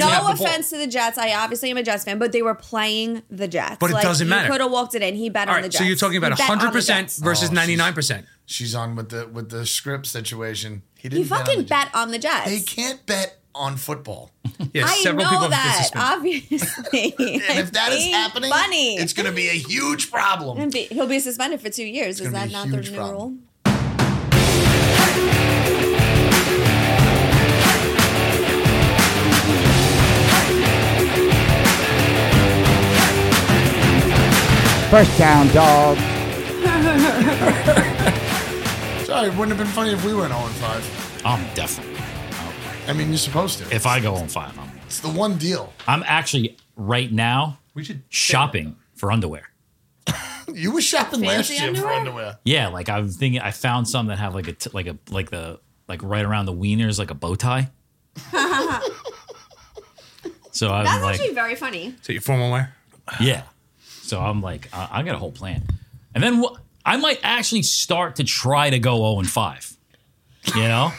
have No the offense to the Jets. I obviously am a Jets fan, but they were playing the Jets. But it doesn't matter. You could have walked it in. He bet All on the right, Jets. so you're talking about He bet on the 100 percent Jets. versus Oh, she's- 99 percent. She's on with the with the script situation. He didn't. He fucking bet on the Jets. They can't bet on football. Yes, I several know people have been that, suspended. obviously. And if that is happening, funny. it's going to be a huge problem. And be- He'll be suspended for two years. Is gonna that be a not the huge new problem. rule? First down, dog. Sorry, it wouldn't have been funny if we went 0 5. I'm definitely. I mean, you're supposed to. If I go on five, I'm. It's the one deal. I'm actually right now We should shopping for underwear. You were shopping last Fancy year for underwear. Yeah, like I'm thinking. I found some that have like a t- like a like the like right around the wieners like a bow tie. so I'm That's like, actually very funny. So your formal wear. yeah. So I'm like, I, I got a whole plan, and then wh- I might actually start to try to go zero and five. You know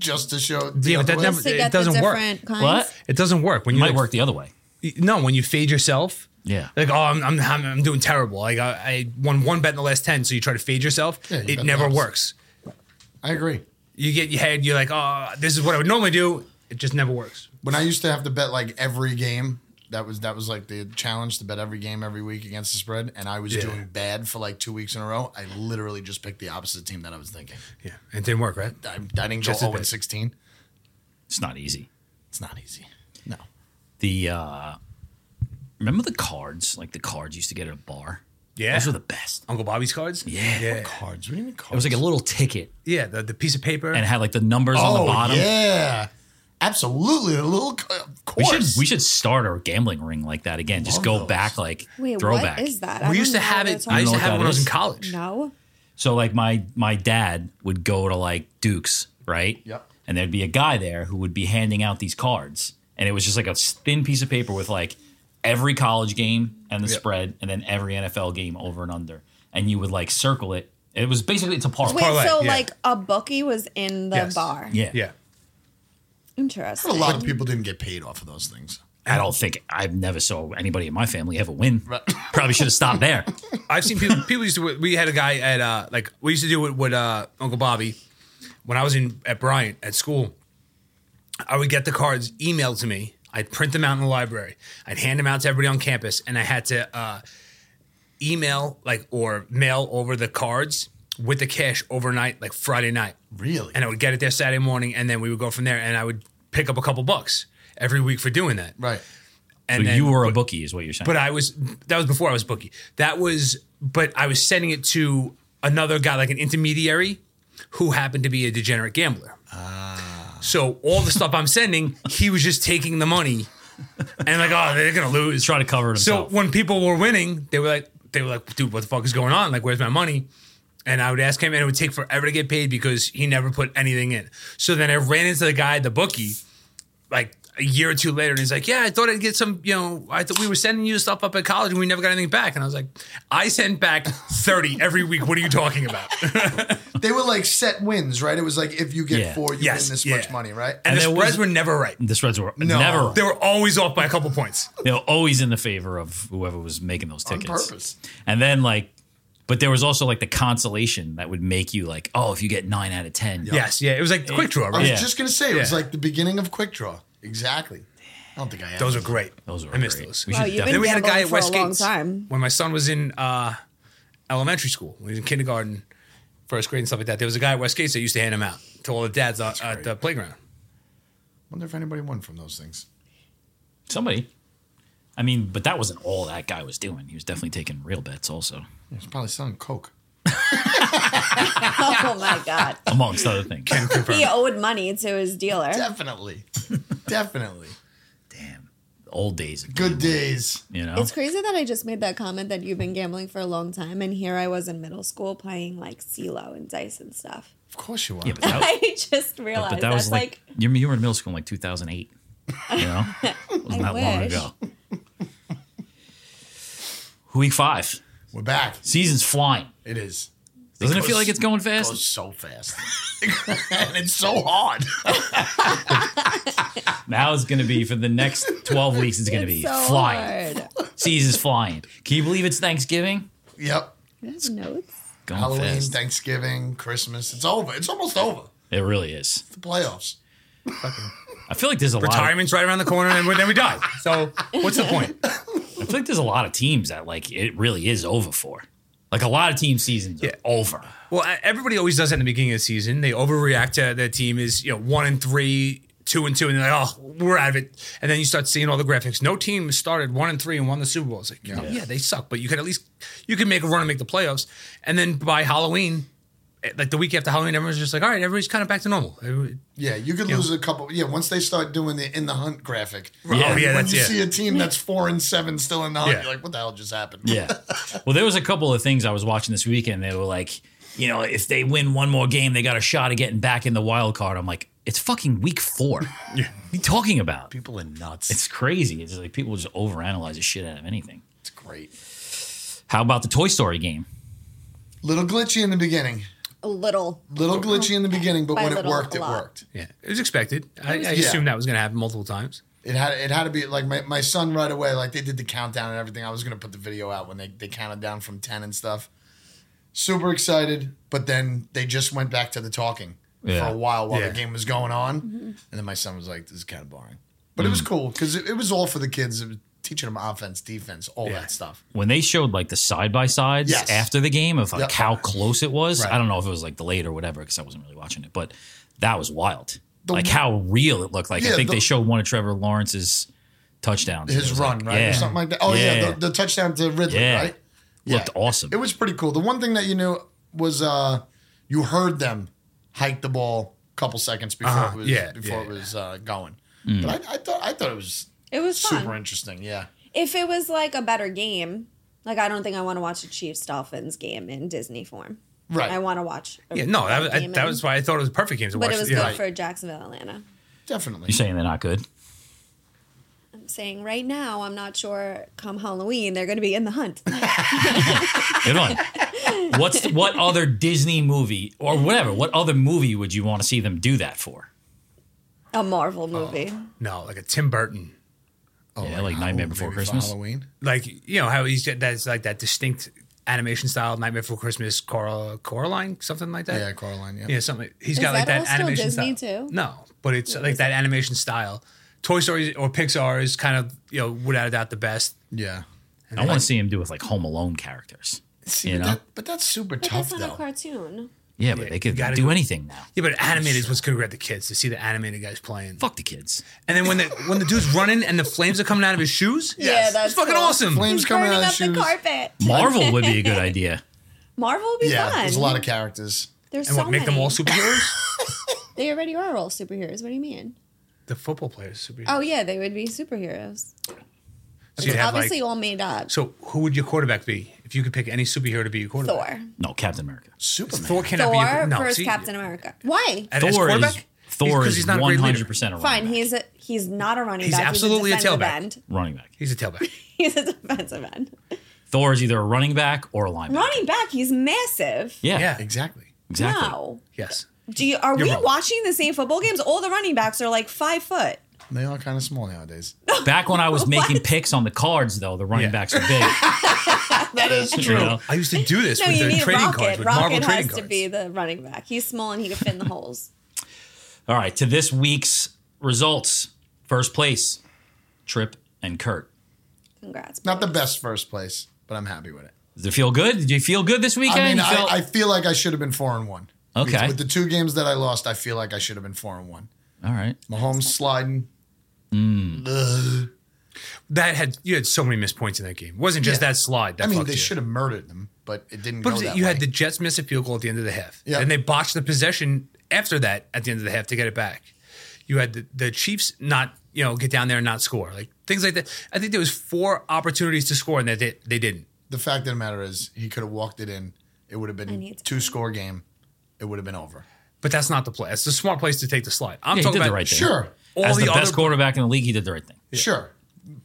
Just to show. Yeah, but that other never- way. To It get the doesn't work. different kinds. what? It doesn't work when It you might like, work the other way. No, when you fade yourself. Yeah. Like oh, I'm I'm I'm, I'm doing terrible. Like I, I won one bet in the last ten, so you try to fade yourself. Yeah, you it bet never the opposite. works. I agree. You get your head. You're like, oh, this is what I would normally do. It just never works. When I used to have to bet like every game, that was that was like the challenge to bet every game every week against the spread, and I was Yeah. doing bad for like two weeks in a row. I literally just picked the opposite team that I was thinking. Yeah, it didn't work, right? I, I didn't go Just as 0 bad. and 16. It's not easy. It's not easy. No. The uh remember the cards like the cards you used to get at a bar. Yeah. those were the best. Uncle Bobby's cards. Yeah. yeah, Cards. What do you mean It cards? was like a little ticket yeah. The, the piece of paper. and it had like the numbers on oh, the bottom. Yeah. Absolutely. A little. c- Of We course. should we should start our gambling ring like that again. Just love go those. back like Wait, throwback. what is that? I we don't used to know have what it. you're I talking used to You know have it what when I was that in is? college. No. So like my my dad would go to like Duke's, right? Yep. And there'd be a guy there who would be handing out these cards, and it was just like a thin piece of paper with like every college game and the Yep. spread, and then every NFL game over and under, and you would like circle it. It was basically it's a parlay. Wait, parlay, so yeah. like a bookie was in the Yes. bar. Yeah. Yeah, Interesting. A lot of people didn't get paid off of those things. I don't think I've never saw anybody in my family have a win. Probably should have stopped there. I've seen people. People used to. We had a guy at uh, like we used to do it with uh, Uncle Bobby when I was in at Bryant at school. I would get the cards emailed to me. I'd print them out in the library. I'd hand them out to everybody on campus, and I had to uh, email like or mail over the cards with the cash overnight, like Friday night. Really? And I would get it there Saturday morning, and then we would go from there. And I would pick up a couple bucks every week for doing that. Right. And But then- you were a bookie, is what you're saying. but I was that was before I was bookie. That was but I was sending it to another guy like an intermediary who happened to be a degenerate gambler. So all the stuff I'm sending, he was just taking the money and like oh they're going to lose. trying to cover it So himself. when people were winning, they were like they were like dude what the fuck is going on? Like where's my money? And I would ask him, and it would take forever to get paid because he never put anything in. So then I ran into the guy, the bookie, like a year or two later, and he's like, "Yeah, I thought I'd get some. You know, I thought we were sending you stuff up at college, and we never got anything back." And I was like, "I send back thirty every week. What are you talking about?" and They were like set wins, right? It was like if you get Yeah. four, you Yes, win this yeah. much money, right? the there spreads was- were never right. the spreads were never. They were always off by a couple points. they were always in the favor of whoever was making those on tickets. purpose. And then like, but there was also like the consolation that would make you like, oh, if you get nine out of ten, Yes, yeah, it was like quick draw, I right? was Yeah. just gonna say it was Yeah. like the beginning of Quick Draw. Exactly. I don't think I had Those are great. Those were I missed great. those. We Wow, should you've Then been we had a guy gambling at for a long Westgate time. when my son was in uh, elementary school. When he was in kindergarten, first grade, and stuff like that. There was a guy at Westgate that used to hand them out to all the dads uh, at the playground. wonder if anybody won from those things. somebody. I mean, but that wasn't all that guy was doing. He was definitely taking real bets also, It's probably selling Coke. Oh my god. amongst other things. he owed money to his dealer. Definitely. Definitely. Damn, old days. of Good gambling, days. you know. It's crazy that I just made that comment that you've been gambling for a long time, and here I was in middle school playing like CeeLo and dice and stuff. Of course you won. yeah, but that, I just realized but that that's was like, like, you you were in middle school in like 2008. You know, it wasn't I that long wish. ago. Week five, We're back. season's flying. It is. Doesn't it goes- feel like it's going It fast? goes so fast, and it's so hard. Now it's going to be for the next 12 weeks, it's going to be It's so flying. hard. Season's flying. Can you believe it's Thanksgiving? yep. I have notes. Going Halloween, fast. Thanksgiving, Christmas. It's over. It's almost over. It really is. The playoffs. I feel like there's a lot. Of, Retirement's right around the corner, and then we die. So what's the point? I feel like there's a lot of teams that like it really is over for. Like a lot of team seasons are over. Well, e- everybody always does that in the beginning of the season. They overreact to their team is you know one and three, two and two, and they're like, oh, we're out of it. And then you start seeing all the graphics. No team started one and three and won the Super Bowl. It's like, you know, yeah, they suck, but you can at least you can make a run and make the playoffs. And then by Halloween, eh, like the week after Halloween, everyone's just like, all right, everybody's kind of back to normal. Everybody- Yeah, you could lose a couple. Yeah, once they start doing the in the hunt graphic. Oh yeah, when that's you it. see a team that's four and seven still in the hunt, Yeah. you're like, what the hell just happened? Yeah. Well, there was a couple of things I was watching this weekend. They were like, you know, if they win one more game, they got a shot at getting back in the wild card. I'm like, it's fucking week four. Yeah. What are you talking about? People are nuts. It's crazy. It's like people just overanalyze the shit out of anything. It's great. How about the Toy Story game? Little glitchy in the beginning. A little. Little glitchy in the beginning, but By when it little, worked, a it lot. worked. Yeah, it was expected. I, I yeah. assumed that was going to happen multiple times. It had it had to be like my, my son right away, like they did the countdown and everything. I was gonna put the video out when they, they counted down from ten and stuff. Super excited, but then they just went back to the talking Yeah. for a while while Yeah. the game was going on. And then my son was like, This is kind of boring. But it Mm. was cool because it, it was all for the kids. It was teaching them offense, defense, all Yeah. that stuff. When they showed like the side by sides Yes. after the game of like Yep. how close it was, Right. I don't know if it was like delayed or whatever because I wasn't really watching it, but that was wild. The- like how real it looked like. I Yeah, think the- they showed one of Trevor Lawrence's touchdowns. It His was run, like- right? Or something like that. Oh yeah, Yeah. the, the touchdown to Ridley, Yeah. right? Looked awesome. It was pretty cool. The one thing that you knew was uh you heard them hike the ball a couple seconds before Uh-huh. it was Yeah, before yeah, it was uh, going. Mm. But I, I thought I thought it was It was super fun. interesting. Yeah. If it was like a better game, like I don't think I want to watch a Chiefs Dolphins game in Disney form. Right. I want to watch. A Yeah, no, that, better I- game that in- was why I thought it was a perfect game to But watch. it was yeah. good right. for Jacksonville, Atlanta. Definitely. You're saying they're not good? I'm saying right now, I'm not sure. Come Halloween, they're going to be in the hunt. Good one. What's what other Disney movie or whatever? What other movie would you want to see them do that for? a Oh. Marvel movie. No, like a Tim Burton. Oh, Yeah, like Nightmare Before maybe for Christmas? Halloween. like you know how he's that's like that distinct animation style Nightmare Before Christmas, Coral, Coraline, something like that. Yeah, Coraline. Yeah. yeah, something. He's Is got like that that all still animation Disney style. too? No, but it's like that animation style. Toy Story or Pixar is kind of you know without a doubt the best. Yeah. I want to see him do with like Home Alone characters. See, You but, know? that, but that's super But tough that's not though. a cartoon. Yeah, but they could gotta do go- anything now. Yeah, but animated is what's gonna grab the kids to see the animated guys playing. Fuck the kids. And then when the when the dude's running and the flames are coming out of his shoes, Yeah, Yes. that's it's fucking cool. awesome. Flame- Flames He's coming burning out up of the shoes. carpet. Marvel would be a good idea. Marvel would be yeah, fun. there's a lot of characters. There's and so what make many. them all superheroes? They already are all superheroes. What do you mean? the football players are superheroes. Oh yeah, they would be superheroes. so you'd have Obviously, like, all made up. so who would your quarterback be if you could pick any superhero to be your quarterback? Thor. No, Captain America. Superman. Thor cannot be Thor your, no, versus see, Captain America. Why? And as Thor is quarterback? He's- Thor 'cause is not a great one leader. hundred percent a running Fine. back. He's a he's not a running He's back. absolutely a he's a, defensive tailback. End. running back. He's a tailback. He's a defensive end. Thor is either a running back or a linebacker. Running back. He's massive. Yeah, Yeah. Exactly. exactly. No. Yes. Do you are You're we wrong. watching the same football games? All the running backs are like five foot. They are kind of small nowadays. Back when I was making picks on the cards, though, the running Yeah. backs were big. that is true. I used to do this No, with you the need trading Rocket. cards, with Marvel Rocket trading has cards. to be the running back. He's small and he can fit in the holes. All right, to this week's results. First place, Trip and Kurt. Congrats. Not the boys. best first place, but I'm happy with it. Does it feel good? Did you feel good this weekend? I mean, You I, felt- I feel like I should have been four and one. Okay. With the two games that I lost, I feel like I should have been four and one. All right. Mahomes sliding. Ugh. that had you had so many missed points in that game. It wasn't just Yeah. that slide. That I mean, fucked they you. should have murdered them, but it didn't But go that you way. had the Jets miss a field goal at the end of the half, Yeah. and they botched the possession after that at the end of the half to get it back. You had the, the Chiefs not you know get down there and not score like things like that. I think there was four opportunities to score and that they, they didn't. the fact of the matter is, he could have walked it in. It would have been need to- two score game. It would have been over. But that's not the play. That's the smart place to take the slide. I'm Yeah, he talking did the about right thing. Sure, all As the, the, other best quarterback in the league, he did the right thing. sure.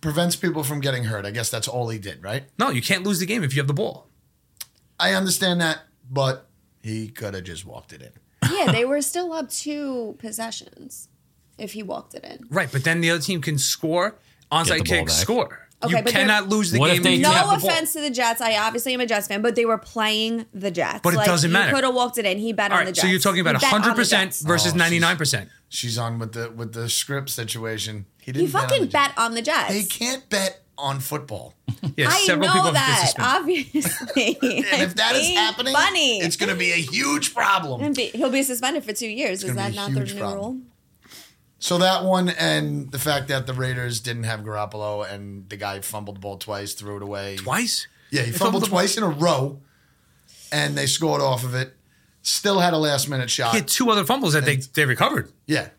Prevents people from getting hurt. I guess that's all he did, right? No, you can't lose the game if you have the ball. I understand that, but He could have just walked it in. Yeah, they were still up two possessions if he walked it in. Right, but then the other team can score Get the onside ball kick, back. score. Okay, you but they're- cannot lose the What if game. they you do- have No the ball. offense to the Jets. I obviously am a Jets fan, but they were playing the Jets. But it doesn't matter. You could have walked it in. He bet All on the right, Jets. so you're talking about He bet on the 100 percent Jets. versus Oh, jeez. 99 percent. She's on with the with the script situation. He didn't. He fucking bet on the Jets. They can't bet on football. Yeah, I several know people have been that, suspended. obviously. And if that is Being happening, funny. it's going to be a huge problem. And be- he'll be suspended for two years. Is gonna that be a not the huge new problem. rule? So that one and the fact that the Raiders didn't have Garoppolo and the guy fumbled the ball twice, threw it away. Twice. Yeah, he They fumbled the ball. twice in a row, and they scored off of it. Still had a last minute shot. He had two other fumbles that they they recovered, Yeah, it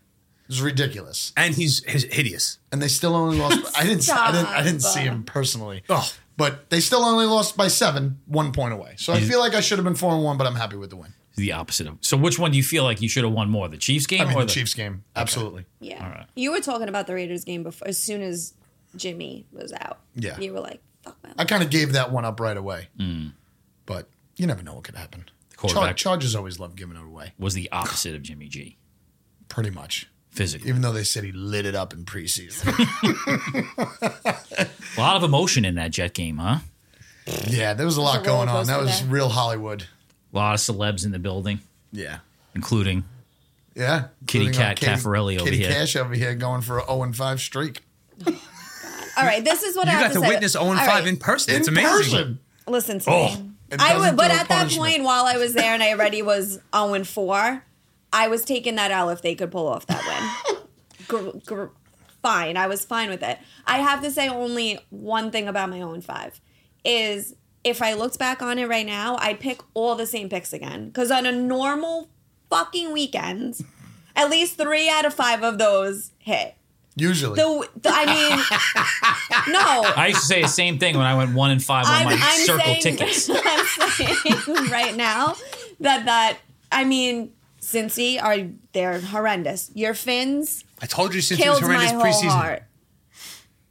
was ridiculous. and he's, he's hideous. And they still only lost. I didn't. I didn't. I didn't see him personally. Oh. But they still only lost by seven, one point away. So I feel like I should have been four and one, but I'm happy with the win. The opposite of. So which one do you feel like you should have won more? The Chiefs game I mean, or the Chiefs game, absolutely. Yeah. All right. You were talking about the Raiders game before, as soon as Jimmy was out. Yeah. You were like, fuck my I life. kind of gave that one up right away. But you never know what could happen. Char- Hmm. quarterback- Chargers always love giving it away, Was the opposite of Jimmy G pretty much. physically. Even though they said he lit it up in preseason. A lot of emotion in that Jet game, huh? yeah, there was a lot a going on. That rollercoaster was there. real Hollywood. A lot of celebs in the building, Yeah. including Yeah. Kitty Including our Cat Caffarelli over Kitty here. Cash over here going for a 0 and 5 streak. All right. This is what I You have got to say. witness oh, 0 and All 5 right. in person. in it's amazing. person. Listen to me. Oh, It I doesn't would, but do a at that punishment. point, while I was there and I already was 0 and 4, I was taking that L if they could pull off that win. gr- gr- fine. I was fine with it. I have to say only one thing about my 0 and 5 is if I looked back on it right now, I'd pick all the same picks again. Because on a normal fucking weekend, at least three out of five of those hit. Usually. The, the I mean, no. I used to say the same thing when I went one and five on my circle tickets. I'm saying right now that that I mean, Cincy are they're horrendous. Your fins I told you since it was killed my horrendous whole preseason. heart.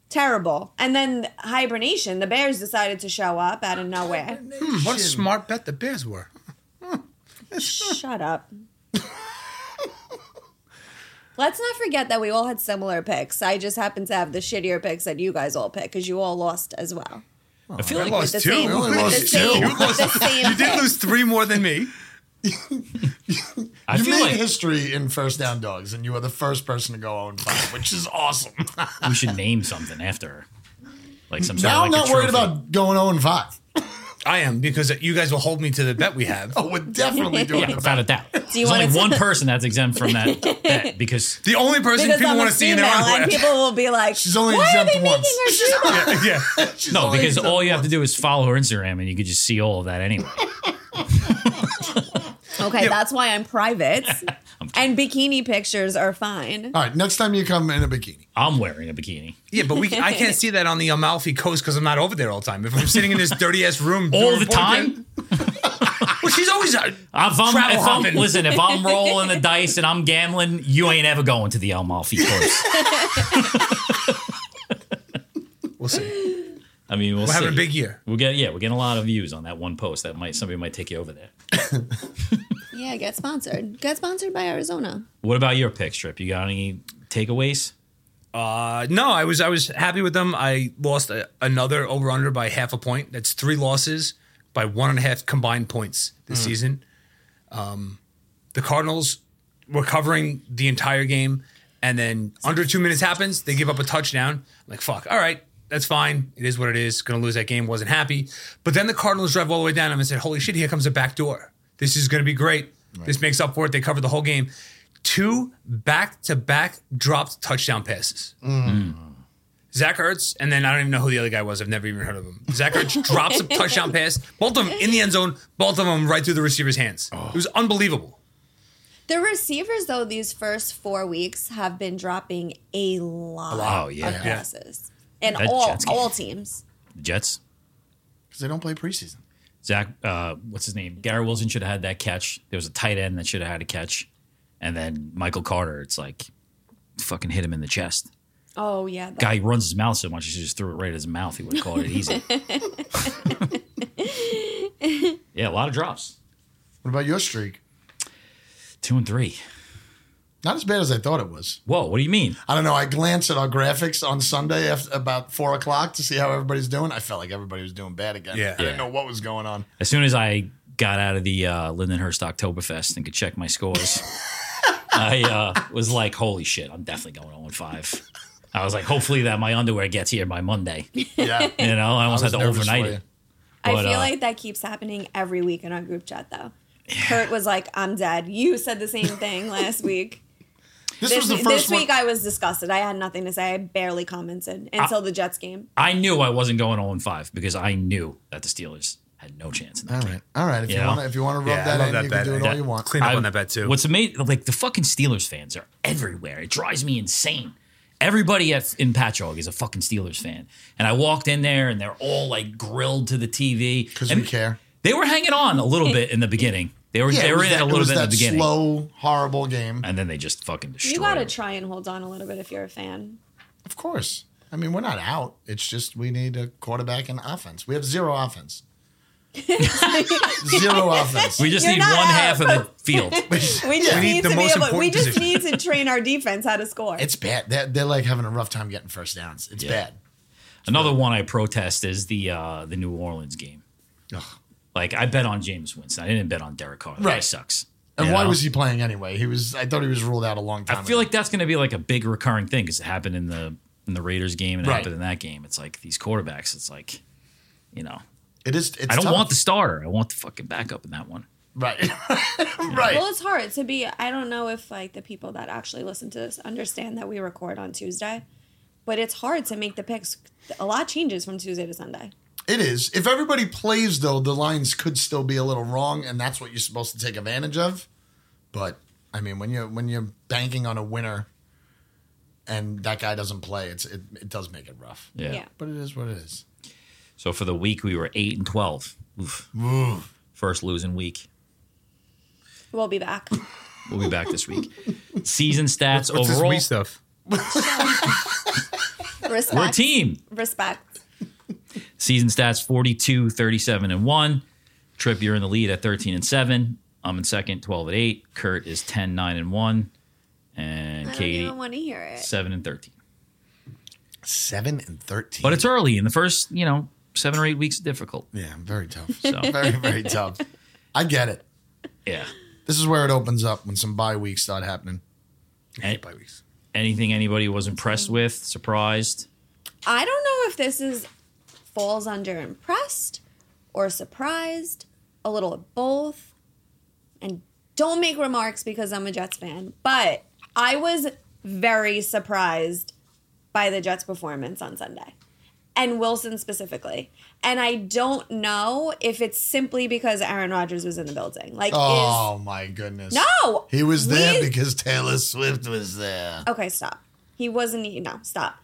Terrible. And then hibernation. The Bears decided to show up out of nowhere. Hmm, What a smart bet the Bears were. Shut up. Let's not forget that we all had similar picks. I just happened to have the shittier picks that you guys all picked because you all lost as well. I feel like lost the two. same- We only with lost two. the same- You with lost- the same You did pick. lose three more than me. I you feel made like history in first down dogs, and you were the first person to go 0 and 5, which is awesome. we should name something after her, like some sort now I'm of like not a worried trophy. about going 0 and 5. I am because you guys will hold me to the bet we have. Oh, we're definitely doing Yeah, it. without a doubt. There's want only it to- one person that's exempt from that bet because The only person because people I'm want a to see in female, their and underwear. people will be like, She's only "Why exempt are they once. making her do that?" yeah, She's no, only because exempt all you have once. to do is follow her Instagram and you could just see all of that anyway. Okay, that's why I'm private, and bikini pictures are fine. All right, next time you come in a bikini. I'm wearing a bikini. yeah, but we I can't see that on the Amalfi Coast because I'm not over there all the time. If I'm sitting in this dirty ass room All doing the porn, time? well, she's always uh, out. If I'm, Travel if I'm hopping. listen, if I'm rolling the dice and I'm gambling, you ain't ever going to the Amalfi Coast. We'll see. I mean, we'll We're having a see. big year. We'll get yeah, we're getting a lot of views on that one post. That might somebody might take you over there. Yeah, get sponsored. Get sponsored by Arizona. What about your pick strip? You got any takeaways? Uh, no, I was I was happy with them. I lost a, another over under by half a point. That's three losses by one and a half combined points this season. Um, the Cardinals were covering the entire game, and then under two minutes happens, they give up a touchdown. I'm like fuck, all right, that's fine. It is what it is. Going to lose that game. Wasn't happy, but then the Cardinals drive all the way down and I said, holy shit, here comes a back door. This is going to be great. This makes up for it. They cover the whole game. Two back to back dropped touchdown passes. Zach Ertz, and then I don't even know who the other guy was. I've never even heard of him. Zach Ertz drops a touchdown pass, both of them in the end zone, both of them right through the receiver's hands. It was unbelievable. The receivers, though, these first four weeks have been dropping a lot, Oh of yeah, passes in That all Jets game. all teams. Jets. Because they don't play preseason. Zach, uh, what's his name? Gary Wilson should have had that catch. There was a tight end that should have had a catch, and then Michael Carter. It's like fucking hit him in the chest. Oh yeah, that- Guy runs his mouth so much, he just threw it right at his mouth. He would have called it easy. yeah, a lot of drops. What about your streak? Two and three. Not as bad as I thought it was. Whoa, what do you mean? I don't know. I glanced at our graphics on Sunday after about four o'clock to see how everybody's doing. I felt like everybody was doing bad again. Yeah. I didn't Yeah. know what was going on. As soon as I got out of the uh, Lindenhurst Oktoberfest and could check my scores, I uh, was like, holy shit, I'm definitely going 0 5. I was like, hopefully that my underwear gets here by Monday. You Yeah. know, I almost was had to nervous overnight for you. it. I But, feel uh, like that keeps happening every week in our group chat, though. Kurt was like, "I'm dead." You said the same thing last week. This, This, was the this first week, one. I was disgusted. I had nothing to say. I barely commented until the Jets game. I knew I wasn't going 0 5 because I knew that the Steelers had no chance in that all game. right. All right. If you Yeah. want to, if you want to rub Yeah, I that love in, that you bet. can do it all That- you want. clean- up on that bet, too. What's amazing, like the fucking Steelers fans are everywhere. It drives me insane. Everybody at, in Patchogue is a fucking Steelers fan, and I walked in there and they're all like grilled to the TV 'Cause And we care. They were hanging on a little bit in the beginning. They were Yeah, they it were was in that, it a it little was bit in the that beginning, slow, horrible game. and then they just fucking destroyed. You got to it. try and hold on a little bit if you're a fan. Of course. I mean, we're not out. It's just we need a quarterback and offense. We have zero offense. zero offense. we just You're need one not half of the field. We just Yeah. We need need the to be most able. We important just position. need to train our defense how to score. It's bad. They're, they're like having a rough time getting first downs. It's Yeah. bad. Another one I protest is the uh, the New Orleans game. Like I bet on James Winston. I didn't bet on Derek Carr. That Right. sucks. And You why know? was he playing anyway? He was. I thought he was ruled out a long time. I feel ago. like that's going to be like a big recurring thing because it happened in the in the Raiders game and it Right. happened in that game. It's like these quarterbacks. It's like, you know, it is. It's I don't tough. want the starter. I want the fucking backup in that one. right, right. well, it's hard to be. I don't know if like the people that actually listen to this understand that we record on Tuesday, but it's hard to make the picks. A lot changes from Tuesday to Sunday. It is. If everybody plays though, the lines could still be a little wrong, and that's what you're supposed to take advantage of. But I mean, when you when you're banking on a winner, and that guy doesn't play, it's it, it does make it rough. Yeah. Yeah. But it is what it is. So for the week we were eight and twelve. Oof. First losing week. We'll be back. We'll be back this week. Season stats What's this overall. wee stuff? Respect. We're a team. Respect. Season stats 42, 37, and 1. Trip, you're in the lead at 13 and 7. I'm in second, 12 and 8. Kurt is 10, 9 and 1. And I don't Katie, even want to hear it. 7 and 13. Seven and thirteen. But it's early, and the first, you know, seven or eight weeks is difficult. yeah, very tough. So very very tough. I get it. yeah, This is where it opens up when some bye weeks start happening. An- Bye weeks. anything anybody was Mm. impressed with, surprised? I don't know if this is falls under impressed or surprised, a little of both. And don't make remarks because I'm a Jets fan, but I was very surprised by the Jets' performance on Sunday and Wilson specifically. And I don't know if it's simply because Aaron Rodgers was in the building. Like, Oh my goodness. is no, He was there We- because Taylor Swift was there. Okay, stop. He wasn't. e- No, stop.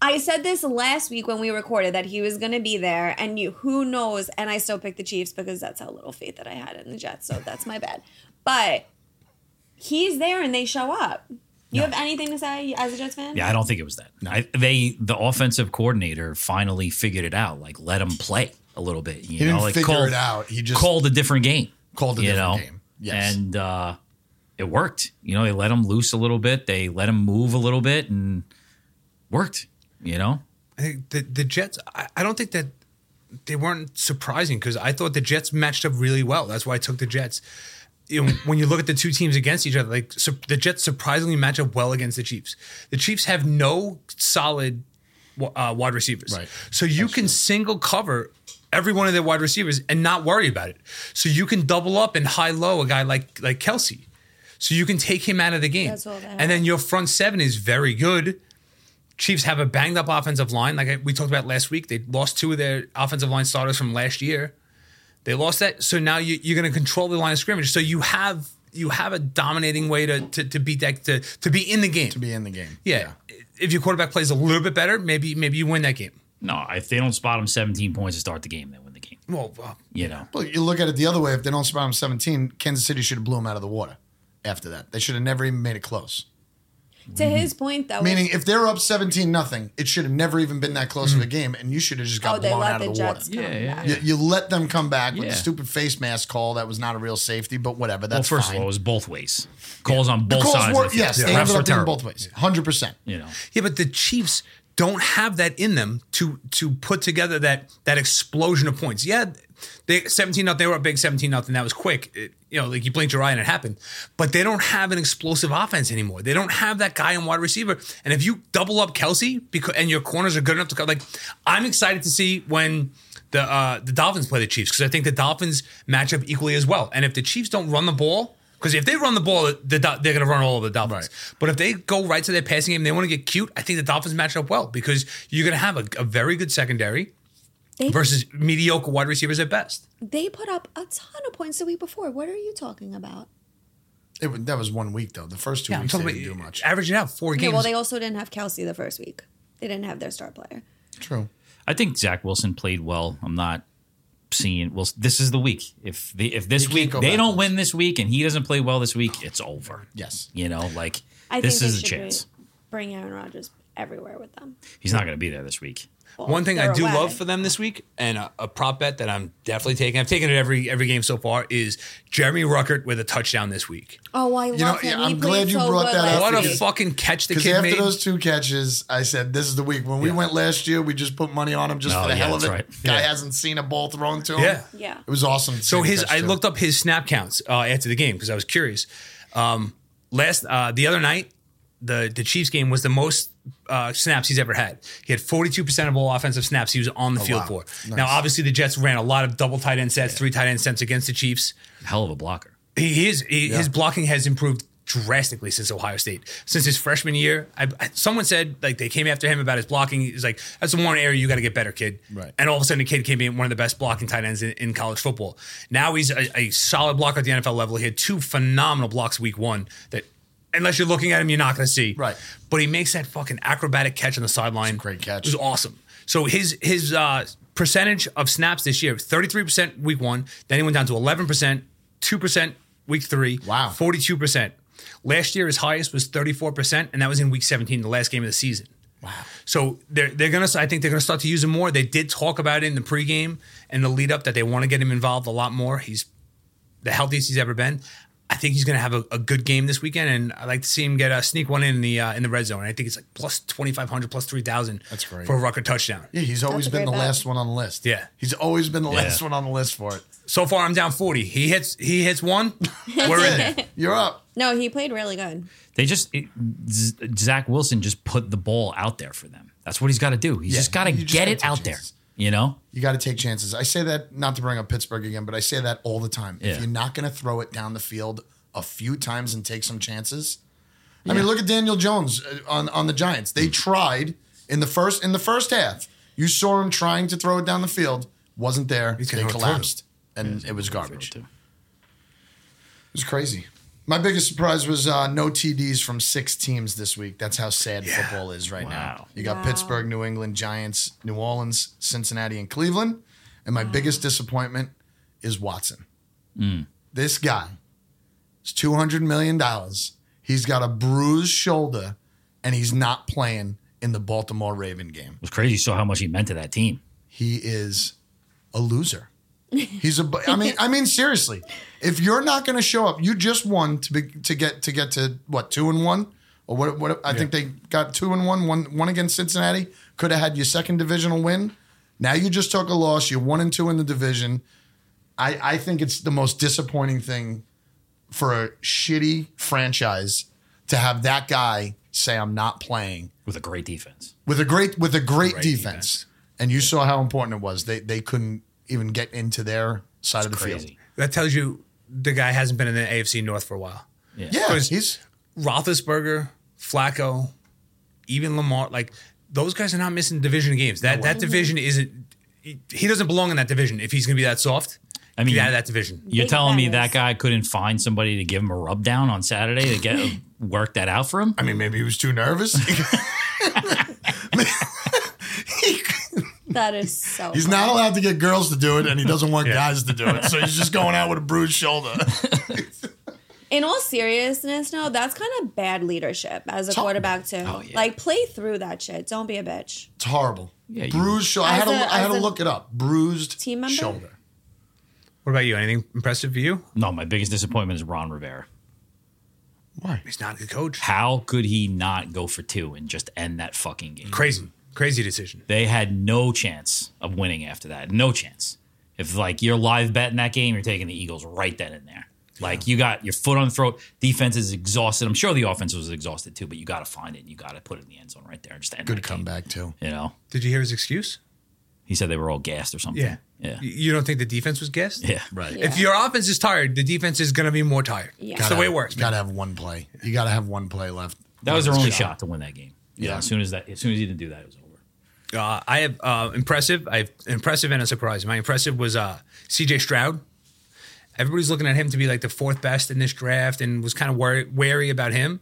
I said this last week when we recorded that he was going to be there, and you, who knows? And I still picked the Chiefs because that's how little faith that I had in the Jets. So that's my bad. But he's there, and they show up. You have anything to say as a Jets fan? Yeah, I don't think it was that. I, they, the offensive coordinator, finally figured it out. Like, let him play a little bit. You He know, didn't like figure call- it out. He just called a different game. Called a you different know? game. Yes. And uh, it worked. You know, they let him loose a little bit. They let him move a little bit and worked, you know? I think the the Jets. I, I don't think that they weren't surprising because I thought the Jets matched up really well. That's why I took the Jets. You know, when you look at the two teams against each other, like su- the Jets surprisingly match up well against the Chiefs. The Chiefs have no solid wa- uh, wide receivers, Right. so you can single cover every one of their wide receivers and not worry about it. So you can double up and high low a guy like like Kelsey, so you can take him out of the game. That's all they have. and then your front seven is very good. Chiefs have a banged up offensive line. Like I- we talked about last week, they lost two of their offensive line starters from last year. They lost that, so now you, you're going to control the line of scrimmage. So you have you have a dominating way to to, to beat that to to be in the game. to be in the game. yeah. if your quarterback plays a little bit better, maybe maybe you win that game. No, if they don't spot him 17 points to start the game, they win the game, Well, uh, you know? Well, you look at it the other way. If they don't spot him 17, Kansas City should have blew him out of the water after that. They should have never even made it close. To Mm-hmm. his point, though, Meaning, if they're up 17 nothing, it should have never even been that close of Mm. a game, and you should have just oh, got they blown let out the of the Jets water. come Yeah, yeah, back. yeah. You, you let them come back with Yeah. the stupid face mask call that was not a real safety, but whatever. Well, That's first fine. of all, it was both ways. Calls on both Calls sides. were- of the field. yes, Yeah. they Refs ended were up being terrible, both ways, hundred percent. You know, Yeah, but the Chiefs don't have that in them to to put together that that explosion of points. Yeah, they 17 nothing, they were up big 17 nothing. That was quick. It- you know, like you blinked your eye and it happened. But they don't have an explosive offense anymore. They don't have that guy in wide receiver. And if you double up Kelsey because and your corners are good enough to cover, like I'm excited to see when the uh, the Dolphins play the Chiefs because I think the Dolphins match up equally as well. And if the Chiefs don't run the ball, because if they run the ball, the, Dol- they're going to run all over the Dolphins. But if they go right to their passing game, they want to get cute. I think the Dolphins match up well because you're going to have a, a very good secondary They- versus mediocre wide receivers at best. They put up a ton of points the week before. What are you talking about? It, wa- that was one week though. The first two Yeah, I'm weeks they talking didn't about do much. average it out four Yeah, games. well, they also didn't have Kelsey the first week. They didn't have their star player. True. I think Zach Wilson played well. I'm not seeing. Well, this is the week. If the if this can't week go they don't backwards. win this week and he doesn't play well this week, it's over. Yes. You know, like I think this they is a should chance. be- bring Aaron Rodgers everywhere with them. He's not going to be there this week. Well, One thing I they're do away. love for them this week, and a, a prop bet that I'm definitely taking. I've taken it every every game so far is Jeremy Ruckert with a touchdown this week. Oh, I know, love him. yeah, He played I'm glad you so brought good that last up What a week. fucking catch the Because kid after made! those two catches, I said, "This is the week." When we went last year, we just put money on him just Oh, for the yeah, hell of that's it. right. Guy Yeah. hasn't seen a ball thrown to him. Yeah. Yeah. It was awesome. to So see the his, catch, I too. looked up his snap counts uh, after the game because I was curious. Um, last uh, the other night, the the Chiefs game was the most uh, snaps he's ever had. He had forty two percent of all offensive snaps he was on the field Oh, wow. for. Nice. Now, obviously, the Jets ran a lot of double tight end sets, three tight end sets against the Chiefs. Hell of a blocker. He, he is he, his blocking has improved drastically since Ohio State. Since his freshman year, I, I- someone said like they came after him about his blocking. He's like, that's the one area you got to get better, kid. Right. And all of a sudden, the kid came in one of the best blocking tight ends in, in college football. Now he's a, a solid blocker at the NFL level. He had two phenomenal blocks week one that. Unless you're looking at him, you're not going to see. Right. But he makes that fucking acrobatic catch on the sideline. great catch. It was awesome. So his his uh, percentage of snaps this year, 33% week one. Then he went down to 11%, 2% week three. Wow. 42%. Last year, his highest was 34%, and that was in week 17, the last game of the season. Wow. So they're, they're going to, I think they're going to start to use him more. They did talk about it in the pregame and the lead up that they want to get him involved a lot more. He's the healthiest he's ever been. I think he's going to have a, a good game this weekend, and I like to see him get a sneak one in the uh, in the red zone. I think it's like plus twenty five hundred, plus three thousand. That's great. for a Rucker touchdown. Yeah, he's always a been great the bet. last one on the list. Yeah. He's always been the last one on the list for it. So far, I'm down forty. He hits he hits one. We're in. it. You're up. No, he played really good. They just it, Z- Zach Wilson just put the ball out there for them. That's what he's got to do. He's just got to you just get gotta it take out chances. there. You know, You got to take chances. I say that not to bring up Pittsburgh again, but I say that all the time. Yeah. If you're not going to throw it down the field a few times and take some chances, I mean, look at Daniel Jones uh, on on the Giants. They tried in the first in the first half. You saw him trying to throw it down the field, wasn't there. gonna They throw it collapsed, and it was garbage. too. It was crazy. My biggest surprise was uh, no TDs from six teams this week. That's how sad football is right Wow. now. You got Wow. Pittsburgh, New England, Giants, New Orleans, Cincinnati, and Cleveland. And my biggest disappointment is Watson. This guy is $200 million. He's got a bruised shoulder and he's not playing in the Baltimore Raven game. it was crazy. So how much he meant to that team. He is a loser. He's a bu- I mean I mean seriously. If you're not going to show up, you just won to be, to get to get to what 2 and 1 or what what I think they got 2 and 1 one, one against Cincinnati could have had your second divisional win. Now you just took a loss. You're 1 and 2 in the division. I I think it's the most disappointing thing for a shitty franchise to have that guy say I'm not playing with a great defense. with a great with a great, Great defense. defense. And you saw how important it was. They they couldn't even get into their side of the Crazy. field. That tells you the guy hasn't been in the AFC North for a while. Yeah, Because- he's Roethlisberger, Flacco, even Lamar, like those guys are not missing division games. That that division isn't. He he doesn't belong in that division if he's going to be that soft. I mean, get out of that division. You're Big telling me matters. that guy couldn't find somebody to give him a rub down on Saturday to get work that out for him? I mean, maybe he was too nervous. That is so. he's not allowed to get girls to do it and he doesn't want guys to do it. So he's just going out with a bruised shoulder. It in all seriousness, no, that's kind of bad leadership as a Tell- quarterback too. Oh, yeah. Like play through that shit. Don't be a bitch. It's horrible. Yeah, you- bruised shoulder. I As had to, a- I had as to a look it up. Bruised team member? shoulder. What about you? Anything impressive for you? No, my biggest disappointment is Ron Rivera. Why? He's not a good coach. How could he not go for two and just end that fucking game? Crazy, crazy decision. They had no chance of winning after that. No chance. If like you're live betting that game, you're taking the Eagles right then and there. Like you got your foot on the throat. Defense is exhausted. I'm sure the offense was exhausted too, but you got to find it. and You got to put it in the end zone right there. and Just end Good that game, comeback too. You know, Did you hear his excuse? he said they were all gassed or something. yeah, Y- You don't think the defense was guessed? yeah. Right. If your offense is tired, the defense is going to be more tired. Yeah. That's the way it works. Got to have one play. You got to have one play left. That was their only shot to win that game. Yeah. Yeah. as soon as that, as soon as he didn't do that, it was over. Uh, I have uh, impressive. I have impressive and a surprise. My impressive was uh, C.J. Stroud. Everybody's looking at him to be like the fourth best in this draft, and was kind of wary, wary about him.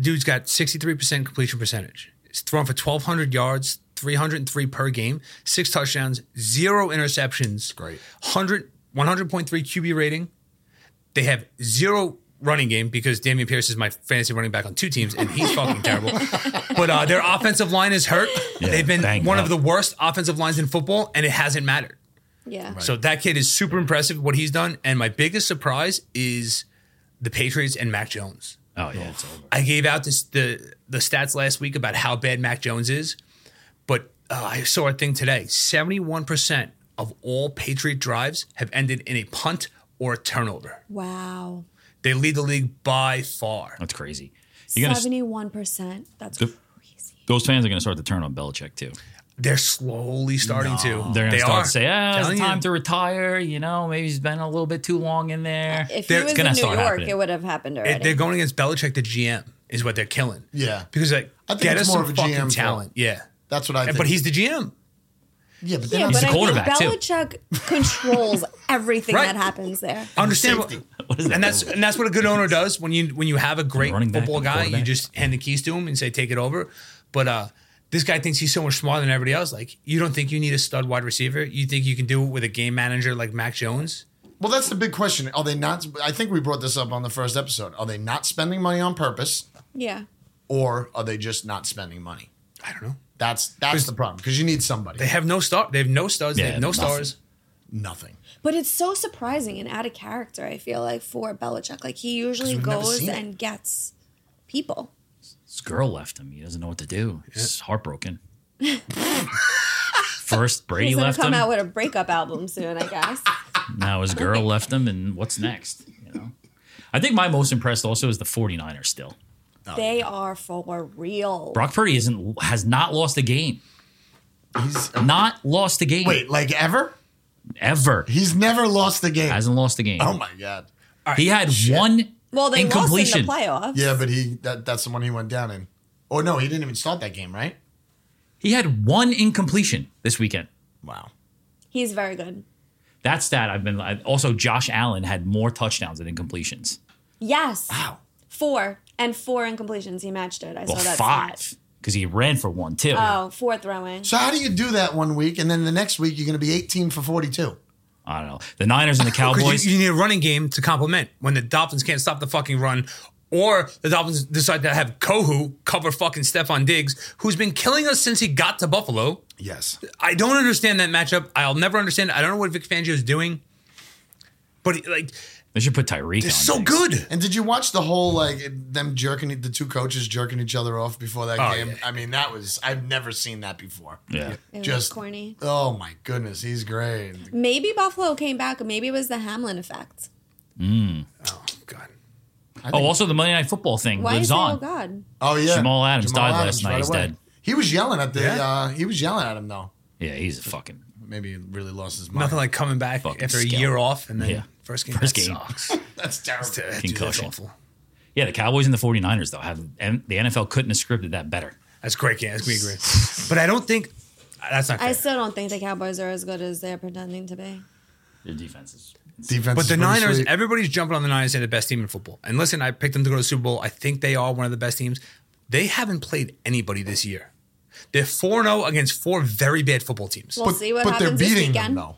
Dude's got sixty three percent completion percentage. He's thrown for twelve hundred yards, three hundred and three per game, six touchdowns, zero interceptions. Great. 100, 100.3 QB rating. They have zero running game because Damian Pierce is my fantasy running back on two teams, and he's fucking terrible. But uh, their offensive line is hurt. They've been banged one up. of the worst offensive lines in football, and it hasn't mattered. Yeah. So that kid is super impressive what he's done. And my biggest surprise is the Patriots and Mac Jones. Oh yeah, it's over. I gave out this, the the stats last week about how bad Mac Jones is, but uh, I saw a thing today. Seventy one percent of all Patriot drives have ended in a punt or a turnover. Wow. They lead the league by far. That's crazy. You're gonna Seventy one percent. That's Good. crazy. those fans are gonna start to turn on Belichick too. They're slowly starting to. They're gonna They start are. to say, "Ah, Telling it's you. time to retire." You know, maybe he's been a little bit too long in there. If he They're- was it's in New gonna York, start happening. it would have happened They- already. They're going against Belichick, the GM, is what they're killing. Yeah. because like I think get it's us more some of a fucking GM fault. talent. Yeah, That's what I. And- Think. but he's the GM. yeah, but then yeah, I'm but the I think quarterback, too. Belichick controls everything Right. that happens there. Understandable. Safety. and that's and that's what a good owner does when you when you have a great Running back football and guy, you quarterback. just hand the keys to him and say take it over. But uh, this guy thinks he's so much smarter than everybody else. Like you don't think you need a stud wide receiver? You think you can do it with a game manager like Mac Jones? Well, that's the big question. Are they not? I think we brought this up on the first episode. Are they not spending money on purpose, Yeah. or are they just not spending money? I don't know. That's that's the problem because you need somebody. They have no star. They have no studs. they Yeah, have no nothing. stars. Nothing. But it's so surprising and out of character, I feel like, for Belichick. Like, he usually we've never goes seen it. and gets people. This girl left him. He doesn't know what to do. He's heartbroken. First Brady He's going left to come him. out with a breakup album soon, I guess. now his girl left him, and what's next? You know. I think my most impressed also is the 49ers still. they are for real. Brock Purdy isn't has not lost a game. He's Not lost a game. wait, like ever? Ever. He's never lost a game. Hasn't lost a game. Um, Oh my god. he had one well, they lost in incompletion. the playoffs. Yeah, but he that that's the one he went down in. Oh no, he didn't even start that game, right? he had one incompletion this weekend. Wow. He's very good. That stat I've been I- also Josh Allen had more touchdowns than incompletions. Yes. Wow. Four. And four incompletions. He matched it. I Well, saw that. five stat. because he ran for one too. Oh, four throwing. So how do you do that one week and then the next week you're going to be 18 for 42? I don't know. The Niners and the Because Cowboys. you, you need a running game to complement when the Dolphins can't stop the fucking run, or the Dolphins decide to have Kohu cover fucking Stephon Diggs, who's been killing us since he got to Buffalo. Yes. I don't understand that matchup. I'll never understand. it. I don't know what Vic Fangio is doing, but he, like they should put Tyreek. they're on so next. good. And did you watch the whole like them jerking the two coaches jerking each other off before that Oh, game? yeah. I mean, that was I've never seen that before. Yeah. It was Just corny. Oh my goodness, he's great. Maybe Buffalo came back. Maybe it was the Hamlin effect. Oh god, Oh, also the Monday Night Football thing Why lives is it? Oh, on. God. Oh yeah, Jamal Adams died last night. He's away. dead. He was yelling at the. Yeah. Uh, he was yelling at him though. yeah, he's a fucking Maybe he really lost his mind. nothing like coming back Fucking after a scalp. year off and then Yeah. first game. First that game. sucks. That's terrible. Dude, that's Concussion. awful. yeah. The Cowboys and the 49ers though have and the NFL couldn't have scripted that better. That's a great game. That's gonna be great. But I don't think that's not. I Fair. still don't think the Cowboys are as good as they're pretending to be. Their defense is Defense But is the pretty Niners, sweet. everybody's jumping on the Niners as the best team in football. And listen, I picked them to go to the Super Bowl. I think they are one of the best teams. They haven't played anybody this year. They're 4 0 against four very bad football teams. We'll see what but happens they're this beating weekend. them though.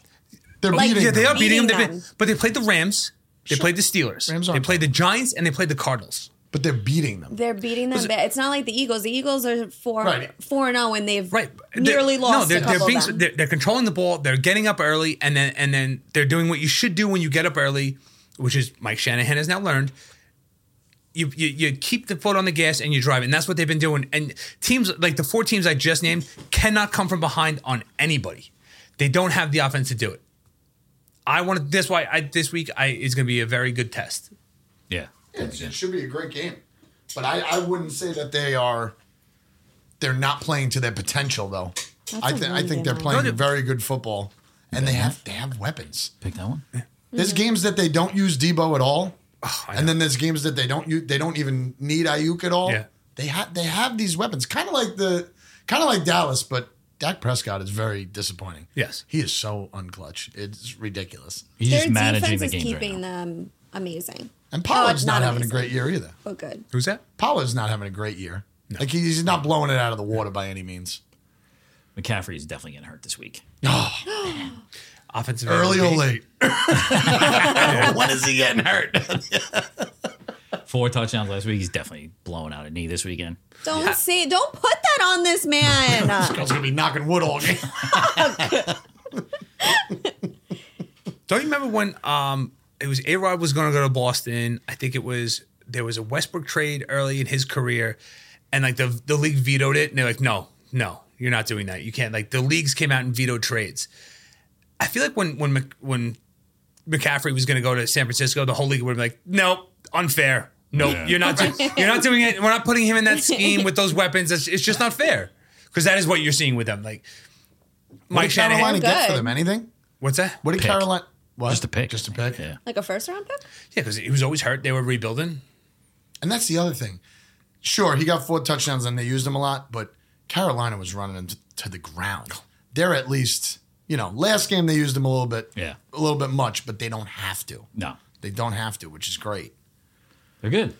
They're Like, beating. yeah, they them. are beating, Beating them. They've been- them. But they played the Rams. They played the Steelers. Rams they aren't played the Giants and they played the Cardinals. but they're beating them. They're beating them. bad. It's not like the Eagles. The Eagles are four Right. four and zero, and they've Right. nearly They're- lost. they're, a they're couple being of them. they're, they're controlling the ball. They're getting up early, and then and then they're doing what you should do when you get up early, which is Mike Shanahan has now learned. You, you, you keep the foot on the gas and you drive, and that's what they've been doing. And teams like the four teams I just named cannot come from behind on anybody. They don't have the offense to do it. I wanted that's why I this week I is going to be a very good test. Yeah. It's- It should be a great game, but I, I wouldn't say that they are. They're not playing to their potential, though. a I, th- I really think good they're line. playing very good football, and they have they have weapons. Pick that one. Mm-hmm. There's games that they don't use Debo at all, Oh, I and then there's games that they don't use. They don't even need Ayuk at all. Yeah. They have they have these weapons, kind of like the kind of like Dallas, but Dak Prescott is very disappointing. Yes. he is so unclutch. It's ridiculous. He's Their just managing the defense is game right keeping now. them amazing, And Pollard's it's not, not having a amazing. great year either. but good. Who's that? Pollard's not having a great year. Like he- he's not blowing it out of the water by any means. McCaffrey is definitely getting hurt this week. Offensive Early or MVP. late. when is he getting hurt? Four touchdowns last week. He's definitely blowing out a knee this weekend. Don't say. Don't put that on this man. Uh, Girl's gonna be knocking wood all game. Don't you remember when um it was A Rod was going to go to Boston? I think it was there was a Westbrook trade early in his career, and like the the league vetoed it, and they're like, no, no, you're not doing that. You can't. Like the leagues came out and vetoed trades. I feel like when when Mc, when McCaffrey was going to go to San Francisco, the whole league would be like, nope, unfair. No, Yeah. you're not. Do- you're not doing it. We're not putting him in that scheme with those weapons. It's, it's just not fair because that is what you're seeing with them. Like What Mike did Carolina Shanahan. get for Good. them? Anything? What's that? What did Pick. Carolina? What? Just a pick. Just a pick. Yeah. like a first round pick. Yeah, because he was always hurt. They were rebuilding. And that's the other thing. Sure, he got four touchdowns and they used him a lot, but Carolina was running him t- to the ground. They're at least, you know, last game they used him a little bit, Yeah. a little bit much, but they don't have to. No, They don't have to, which is great. they're good.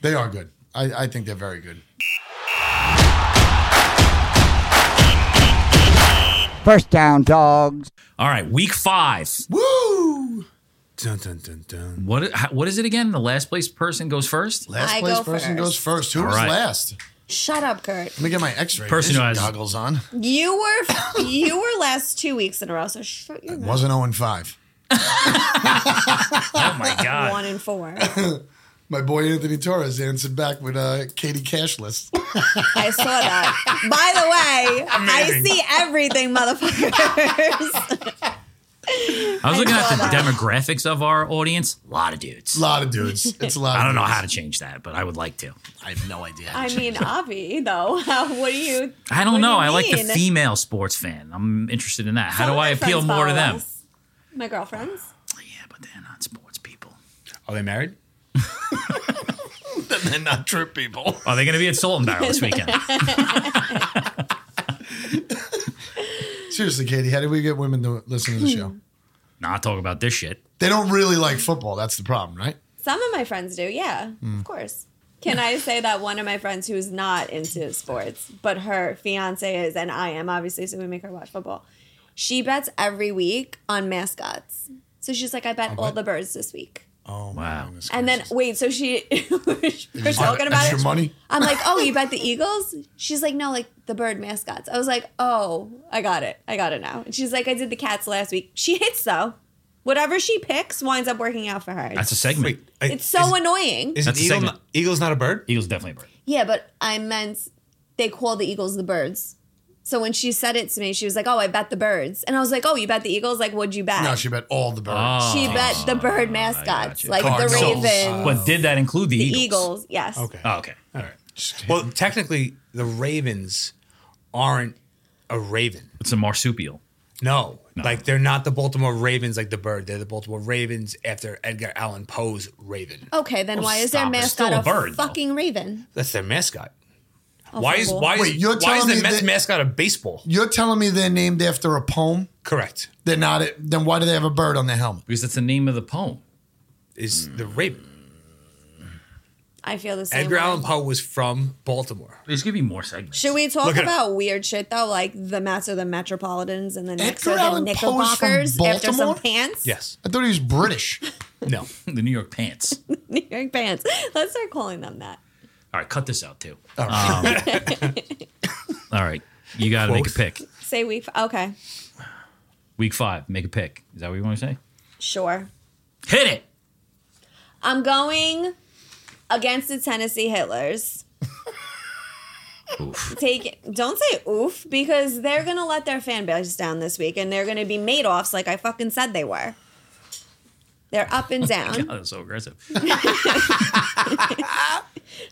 They are good. I, I think they're very good. First down dogs. All right, week five. Woo! Dun, dun, dun, dun. What how- what is it again? The last place person goes first. Last I place go first. person goes first. Who was right. last? Shut up, Kurt. Let me get my X-ray Person who vision has- goggles on. You were you were last two weeks in a row. So shut Oh your mouth. Wasn't zero and five. Oh my One and four. My boy Anthony Torres answered back with uh, Katie Cashless. I saw that. By the way, Amazing. I see everything, motherfuckers. I was looking at saw the that. demographics of our audience. A lot of dudes. a lot of dudes. It's a lot. I of don't know dudes. how to change that, but I would like to. I have no idea. How I to mean, Avi, though. How, what do you? I don't what do know. you I like the mean? female sports fan. I'm interested in that. How Some do of I my appeal friends more follow to them? us. My girlfriends. Yeah, but they're not sports people. Are they married? they're not trip people. Are they going to be at Salt and Barrel this weekend? Seriously, Katie, how do we get women to listen to the show? not talk about this shit. They don't really like football. That's the problem, right? Some of my friends do. Yeah, of course. Can I say that one of my friends who's not into sports, but her fiance is, and I am obviously, so we make her watch football. She bets every week on mascots. So she's like, I bet all the birds this week. Oh Wow. And then wait, so she we're have talking about extra it. money? I'm like, oh, you bet the Eagles? She's like, no, like the bird mascots. I was like, oh, I got it, I got it now. And she's like, I did the cats last week. She hits though. Whatever she picks winds up working out for her. That's a segment. it's so annoying. Is, is an That's a eagle segment. not, eagle's not a bird? Eagles definitely a bird. Yeah, but I meant they call the Eagles the birds. So when she said it to me, she was like, "Oh, I bet the birds," and I was like, "Oh, you bet the Eagles? Like, what'd you bet?" No, she bet all the birds. Oh. She bet the bird mascots, gotcha. like the Cardinals. Ravens, But did that include the, the Eagles? Eagles. Yes. Oh, okay. All right. Well, technically, the ravens aren't a raven. It's a marsupial. No. Like they're not the Baltimore Ravens like the bird. They're the Baltimore Ravens after Edgar Allan Poe's Raven. Okay, then why is their Oh, stop it. It's still mascot a a, bird, though. fucking raven? That's their mascot. why is football. why is, Wait, you're why is telling the me Mets that- mascot a baseball? You're telling me they're named after a poem? Correct. They're not. Then why do they have a bird on their helmet? Because that's the name of the poem. Is the Raven. I feel the same. Edgar way. Allan Poe was from Baltimore. There's going to be more segments. Should we talk Look it up. about weird shit though, like the Mets are the Metropolitans and the Knicks Edgar are the Allan Poe is from Knickerbockers after some Baltimore? pants? Yes. I thought he was British. No. the New York Pants. All New York pants. Let's start calling them that. right, cut this out too. All Oh. right. All right, you got to make a Quoth. pick. Say week. f- Okay, Week five, make a pick. Is that what you want to say? sure. Hit it. I'm going against the Tennessee Hitlers. Oof. Take don't say oof because they're gonna let their fan base down this week and they're gonna be made offs like I fucking said they were. They're up Oh and God, down. Oh, that's so aggressive.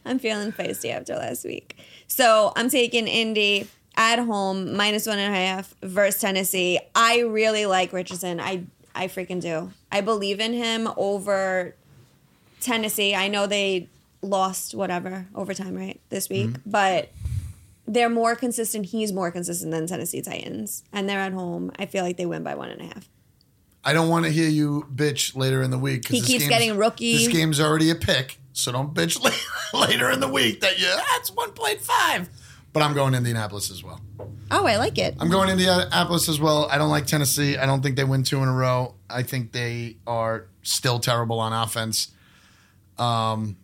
I'm feeling feisty after last week. So I'm taking Indy at home minus one and a half versus Tennessee. I really like Richardson. I I freaking do. I believe in him over Tennessee. I know they lost whatever overtime right this week, Mm-hmm. but they're more consistent. He's more consistent than Tennessee Titans, and they're at home. I feel like they win by one and a half. I don't want to hear you bitch later in the week. 'cause He this keeps game's- getting rookie. This game's already a pick, so don't bitch later, later in the week that you that's one point five. But I'm going Indianapolis as well. Oh, I like it. I'm going Indianapolis as well. I don't like Tennessee. I don't think they win two in a row. I think they are still terrible on offense. Um,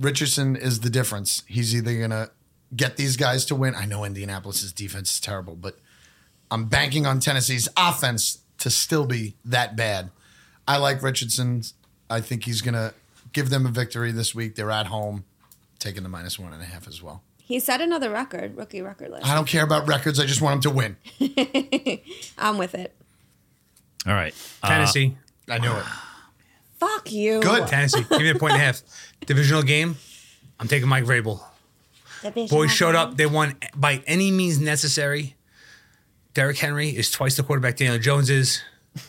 Richardson is the difference. He's either going to get these guys to win. I know Indianapolis's defense is terrible, but I'm banking on Tennessee's offense to still be that bad. I like Richardson. I think he's going to give them a victory this week. They're at home, taking the minus one and a half as well. He set another record, rookie record list. I don't care about records. I just want them to win. I'm with it. All right, uh, Tennessee. I knew it. Fuck you. Good. Tennessee. Give me a point and a half. Divisional game. I'm taking Mike Vrabel. Divisional Boys showed game. up. They won by any means necessary. Derrick Henry is twice the quarterback Daniel Jones is.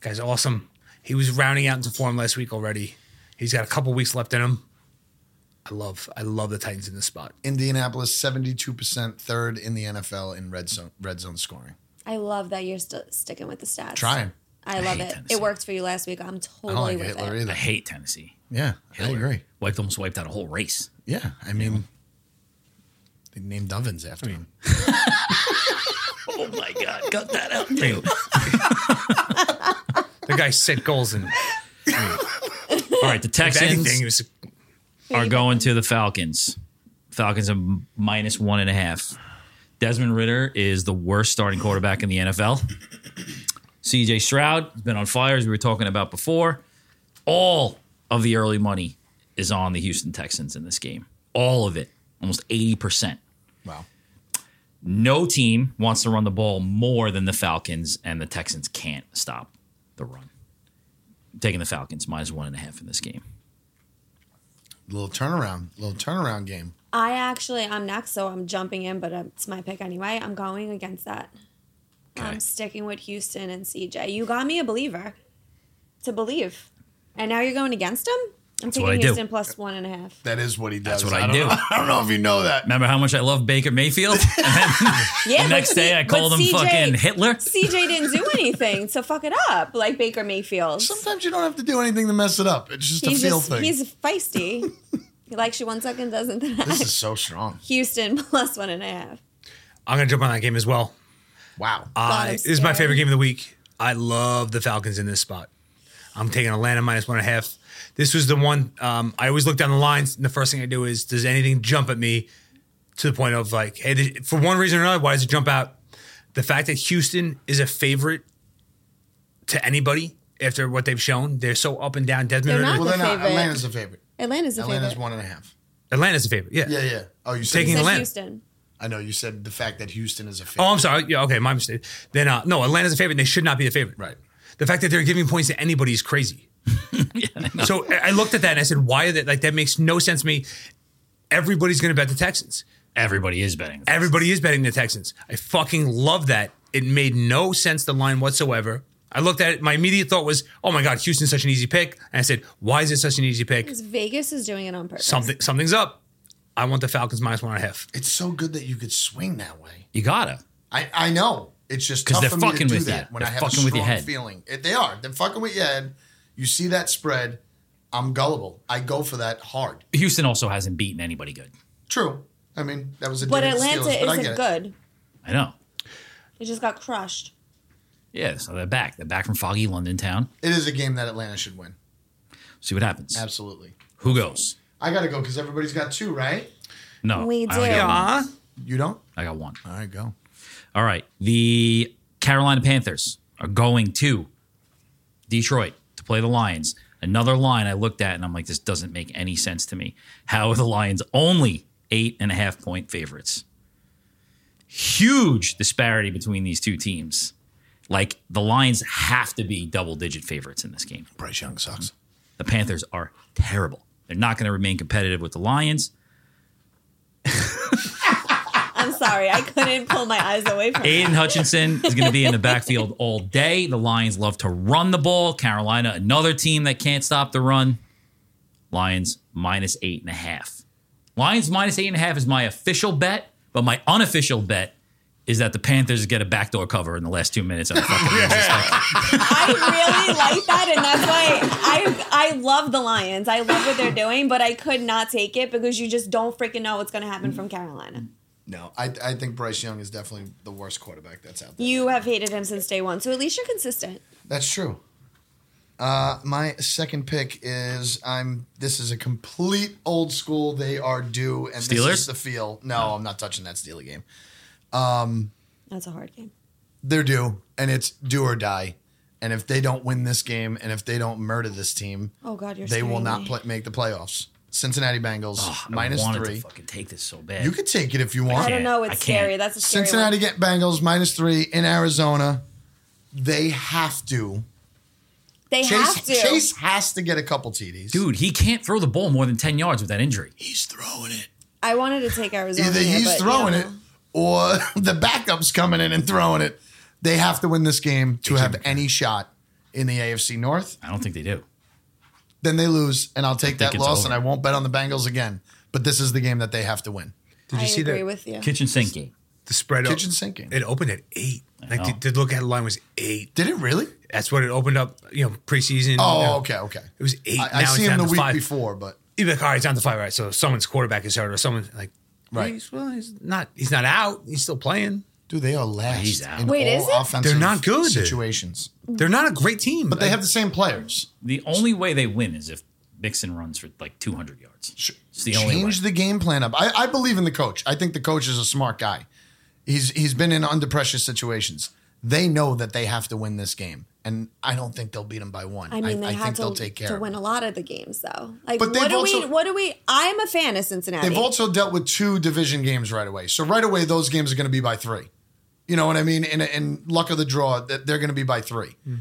Guy's awesome. He was rounding out into form last week already. He's got a couple weeks left in him. I love, I love the Titans in this spot. Indianapolis, seventy-two percent, third in the NFL in red zone red zone scoring. I love that you're still sticking with the stats. Trying. I love hate it. Tennessee. It worked for you last week. I'm I don't totally like with Hitler it. I either. hate Tennessee. Yeah, I Hitler. agree. Wiped almost wiped out a whole race. Yeah, I mean, they named ovens after him. Oh my god, cut that out too. The guy set goals and All right, the if anything, he Texans was are going to the Falcons. Falcons are minus one and a half. Desmond Ritter is the worst starting quarterback in the NFL. CJ Stroud has been on fire, as we were talking about before. All of the early money is on the Houston Texans in this game. All of it, almost 80%. Wow. No team wants to run the ball more than the Falcons, and the Texans can't stop the run. I'm taking the Falcons minus one and a half in this game. Little turnaround, little turnaround game. I actually, I'm next, so I'm jumping in, but um, it's my pick anyway. I'm going against that. Okay. I'm sticking with Houston and CJ. You got me a believer to believe. And now you're going against him? I'm what I taking do. Houston plus one and a half. That is what he does. That's what I don't do. know- I don't know if you know that. Remember how much I love Baker Mayfield? And then Yeah, but the next day C- I called but him fucking Hitler. CJ didn't do anything to fuck it up like Baker Mayfield. Sometimes you don't have to do anything to mess it up. It's just He's a feel just, thing. he's feisty. he likes you one second, doesn't the this next. is so strong. Houston plus one and a half. I'm gonna jump on that game as well. Wow. God, I- I'm this is my scared. favorite game of the week. I love the Falcons in this spot. I'm taking Atlanta minus one and a half. This was the one um, I always look down the lines, and the first thing I do is, does anything jump at me to the point of like, hey, th- for one reason or another, why does it jump out? The fact that Houston is a favorite to anybody after what they've shown, they're so up and down. Desmond They're Ritter, not- well, they're not. favorite. Atlanta's a favorite. Atlanta's the Atlanta's favorite. one and a half. Atlanta's a favorite. Yeah. Yeah, yeah. Oh, you said Taking Says the- Atlanta. Houston. I know you said the fact that Houston is a favorite. Oh, I'm sorry. Yeah, okay, my mistake. Then uh, no, Atlanta's a favorite. and They should not be a favorite. Right. The fact that they're giving points to anybody is crazy. so I I looked at that and I said, why are that? Like, that makes no sense to me. Everybody's going to bet the Texans. Everybody is betting. Everybody is betting the Texans. I fucking love that. It made no sense, the line whatsoever. I looked at it. My immediate thought was, oh my God, Houston's such an easy pick. And I said, why is it such an easy pick? Because Vegas is doing it on purpose. Something, something's up. I want the Falcons minus one and a half. It's so good that you could swing that way. You gotta. I, I know. It's just tough they're for me fucking to do with you. that when They're I have a fucking strong with your head. feeling. It, they are. They're fucking with your head. You see that spread. I'm gullible. I go for that hard. Houston also hasn't beaten anybody good. True. I mean, that was a but dig at the Atlanta Steelers, but I get isn't it. good. I know. They just got crushed. Yeah, so they're back. They're back from foggy London town. It is a game that Atlanta should win. See what happens. Absolutely. Who goes? I gotta go because everybody's got two, right? No. We I, only do. got one. Yeah. You don't. I got one. All right, go. All right. The Carolina Panthers are going to Detroit to play the Lions. Another line I looked at and I'm like, this doesn't make any sense to me. How are the Lions only eight and a half point favorites? Huge disparity between these two teams. Like the Lions have to be double digit favorites in this game. Bryce Young sucks. The Panthers are terrible. They're not going to remain competitive with the Lions. I'm sorry, I couldn't pull my eyes away from it. Aiden Hutchinson is going to be in the backfield all day. The Lions love to run the ball. Carolina, another team that can't stop the run. Lions minus eight and a half. Lions minus eight and a half is my official bet, but my unofficial bet is that the Panthers get a backdoor cover in the last two minutes. of the fucking I really like that, and that's why I I love the Lions. I love what they're doing, but I could not take it because you just don't freaking know what's going to happen from Carolina. No, I, I think Bryce Young is definitely the worst quarterback that's out there. You have hated him since day one, so at least you're consistent. That's true. Uh, my second pick is I'm. This is a complete old school. They are due, and Steelers? this is the feel. No, I'm not touching that Steeler game. That's a hard game. They're due, and it's do or die. And if they don't win this game, and if they don't murder this team, Oh God, you're they will scaring not me. play, make the playoffs. Cincinnati Bengals Oh, I minus wanted three. to fucking take this so bad. You could take it if you want. I don't know. It's I can't. scary. That's a scary Cincinnati One. get Bengals minus three in Arizona. They have to. They Chase have to. Chase has to get a couple TDs. Dude, he can't throw the ball more than 10 yards with that injury. he's throwing it. I wanted to take Arizona. Either here, he's but, throwing you it know. or the backup's coming in and throwing it. They have to win this game to have any shot in the AFC North. I don't think they do. Then they lose, and I'll take that it's loss, and over. I won't bet on the Bengals again. But this is the game that they have to win. Did you I see agree that with you. Kitchen sink game. the spread? Kitchen sinking. It opened at eight. Like know. the, the look at line was eight. Did it really? That's what it opened up. You know, preseason. Oh, you know. okay, okay. It was eight. I, I now see it's down him the to week five. before, but You'd be like, all right, it's down to five. All right, so someone's quarterback is hurt, or someone like, Right. He's, well, he's not. He's not out. He's still playing. dude, they are last He's out. in Wait, all is it? offensive They're not good. situations. They're not a great team, But they have the same players. The only way they win is if Mixon runs for like 200 yards. It's the only way. Change the game plan up. I, I believe in the coach. I think the coach is a smart guy. He's he's been in under pressure situations. They know that they have to win this game, and I don't think they'll beat them by one. I mean, they I have think to, they'll take care to of win it. a lot of the games, though. Like, But they've what do we? also- What do we? I'm a fan of Cincinnati. They've also dealt with two division games right away, so right away those games are going to be by three. You know what I mean? And, and luck of the draw that they're going to be by three. Hmm.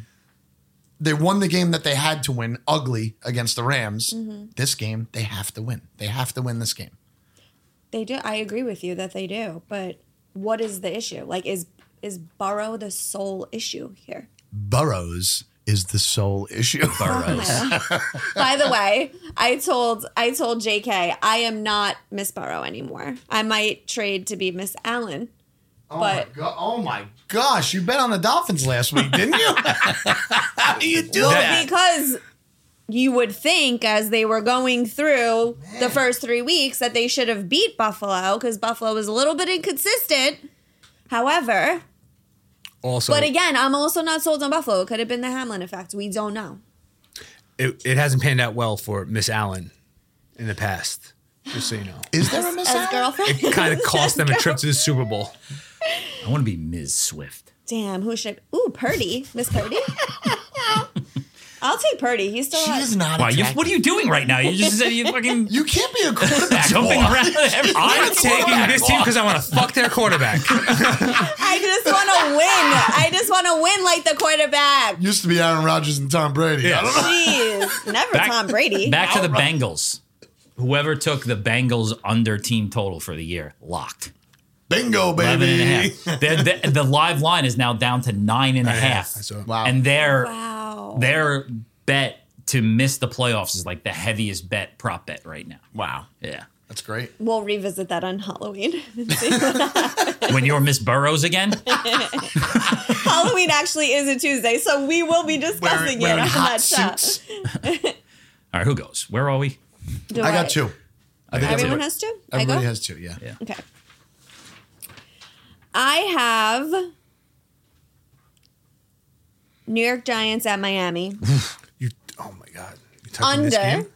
They won the game that they had to win, ugly against the Rams. Mm-hmm. This game they have to win. They have to win this game. They do. I agree with you that they do. But what is the issue? Like, is is Burrow the sole issue here? Burrows is the sole issue. Burrows. Oh By the way, I told I told JK I am not Miss Burrow anymore. I might trade to be Miss Allen. Oh But- my go- oh my gosh, you bet on the Dolphins last week, didn't you? How do you do that? because you would think as they were going through the first three weeks that they should have beat Buffalo because Buffalo was a little bit inconsistent. However, also. but again, I'm also not sold on Buffalo. It could have been the Hamlin effect. We don't know. it, it hasn't panned out well for Miss Allen in the past. Just so you know, Is there a miss As girlfriend, it kind of cost them a trip to the Super Bowl. I want to be Ms. Swift. damn, who should? Ooh, Purdy, Miss Purdy. I'll take Purdy. He's still. hot. She's not. Why, you, attractive. what are you doing right now? You just said you fucking You can't be a quarterback. jumping whore. around. I'm I'm Oh taking this team because I want to fuck their quarterback. I just want to win. I just want to win like the quarterback. Used to be Aaron Rodgers and Tom Brady. I don't know. Jeez, never Back- Tom Brady. back to the Bengals. Whoever took the Bengals under team total for the year locked Bingo, eleven and a baby. half. The, the, the live line is now down to nine and a half, I saw it. Wow. and their wow. their bet to miss the playoffs is like the heaviest bet prop bet right now. Wow, Yeah, that's great. We'll revisit that on Halloween. when you're Miss Burrows again. Halloween actually is a Tuesday, so we will be discussing it on that show. All right, who goes? Where are we? Do I got two. I think Everyone that's has two. it. Everybody I go? has two. Yeah. Yeah. Okay. I have New York Giants at Miami. You, oh my god, you touching this Under. game?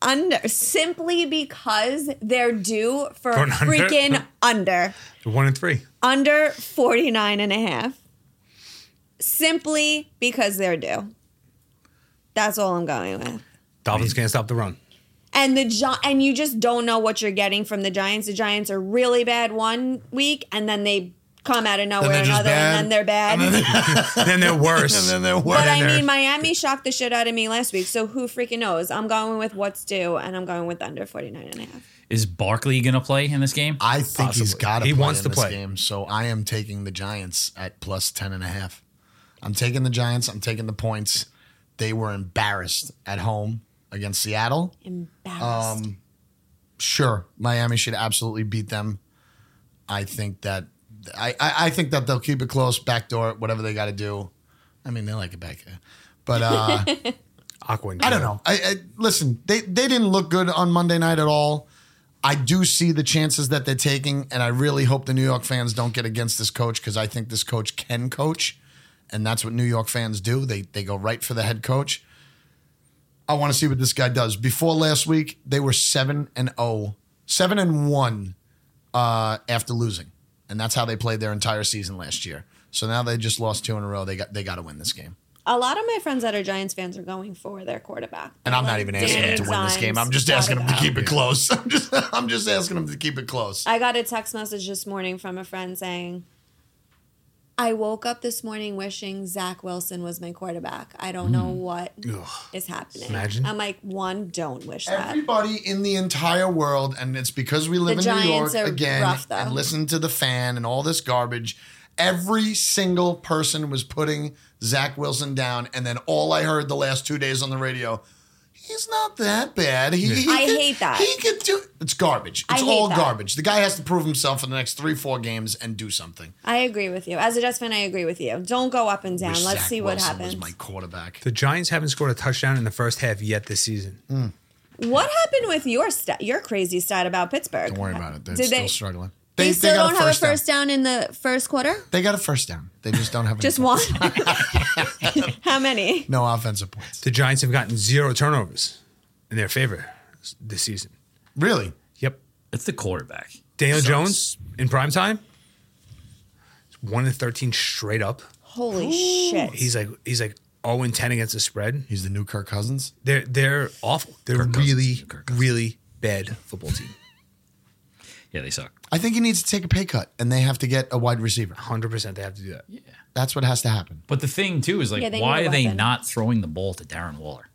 Under simply because they're due for Going under? freaking under. One and three. Under 49 and a half. Simply because they're due. That's all I'm going with. Dolphins can't stop the run. and the Gi- and you just don't know what you're getting from the Giants. The Giants are really bad one week, and then they come out of nowhere they're just another, bad. and then they're bad. then they're worse. And then they're worse. but I they're- mean, Miami shocked the shit out of me last week, so who freaking knows? I'm going with what's due, and I'm going with under 49 and a half. Is Barkley gonna play in this game? I think he's Possibly. got to. He play wants in to this play. game, so I am taking the Giants at plus ten and a half. I'm taking the Giants. I'm taking the points. They were embarrassed at home against Seattle. Embarrassed. Um, Sure, Miami should absolutely beat them. I think that I, I, I think that they'll keep it close, backdoor, whatever they got to do. I mean, they like it back there, but uh, Aqua. and I don't Kale. know. I, I listen. They they didn't look good on Monday night at all. I do see the chances that they're taking, and I really hope the New York fans don't get against this coach because I think this coach can coach, and that's what New York fans do. They they go right for the head coach. I want to see what this guy does. Before last week, they were seven and oh, seven and one uh, after losing, and that's how they played their entire season last year. So now they just lost two in a row. They got they got to win this game. a lot of my friends that are Giants fans are going for their quarterback, And I'm not even asking Dan him to win this Zions, game. I'm just blah, asking blah, him to blah. keep it close. I'm just I'm just asking him to keep it close. I got a text message this morning from a friend saying, I woke up this morning wishing Zach Wilson was my quarterback. I don't Mm. know what is happening. Imagine. I'm like, one, don't wish that. Everybody in the entire world, and it's because we live The in New York Giants are again rough, though. and listen to the fan and all this garbage. Every single person was putting Zach Wilson down, and then all I heard the last two days on the radio, he's not that bad. He, he I could- hate that. He could do it's garbage. I It's hate all that. garbage. The guy has to prove himself in the next three, four games and do something. I agree with you. As a Jets fan, I agree with you. Don't go up and down. Wish Let's Zach see what Wilson happens. Was my quarterback. The Giants haven't scored a touchdown in the first half yet this season. Mm. What happened with your stat, your crazy stat about Pittsburgh? Don't worry about it. They're Did still they- struggling. They, still got don't have a first down. in the first quarter? They got a first down. They just don't have Just any- one. How many? No offensive points. The Giants have gotten zero turnovers in their favor s- this season. Really? Yep. It's the quarterback. Daniel Jones in prime time. One and thirteen straight up. Holy shit. He's like he's like zero and ten against the spread. He's the new Kirk Cousins. They're they're awful. They're Cousins. really Kirk Cousins. really bad football team. Yeah, they suck. I think he needs to take a pay cut, and they have to get a wide receiver. Hundred percent they have to do that. That's what has to happen. But the thing too is like, Yeah, they need why a are they weapon. not throwing the ball to Darren Waller?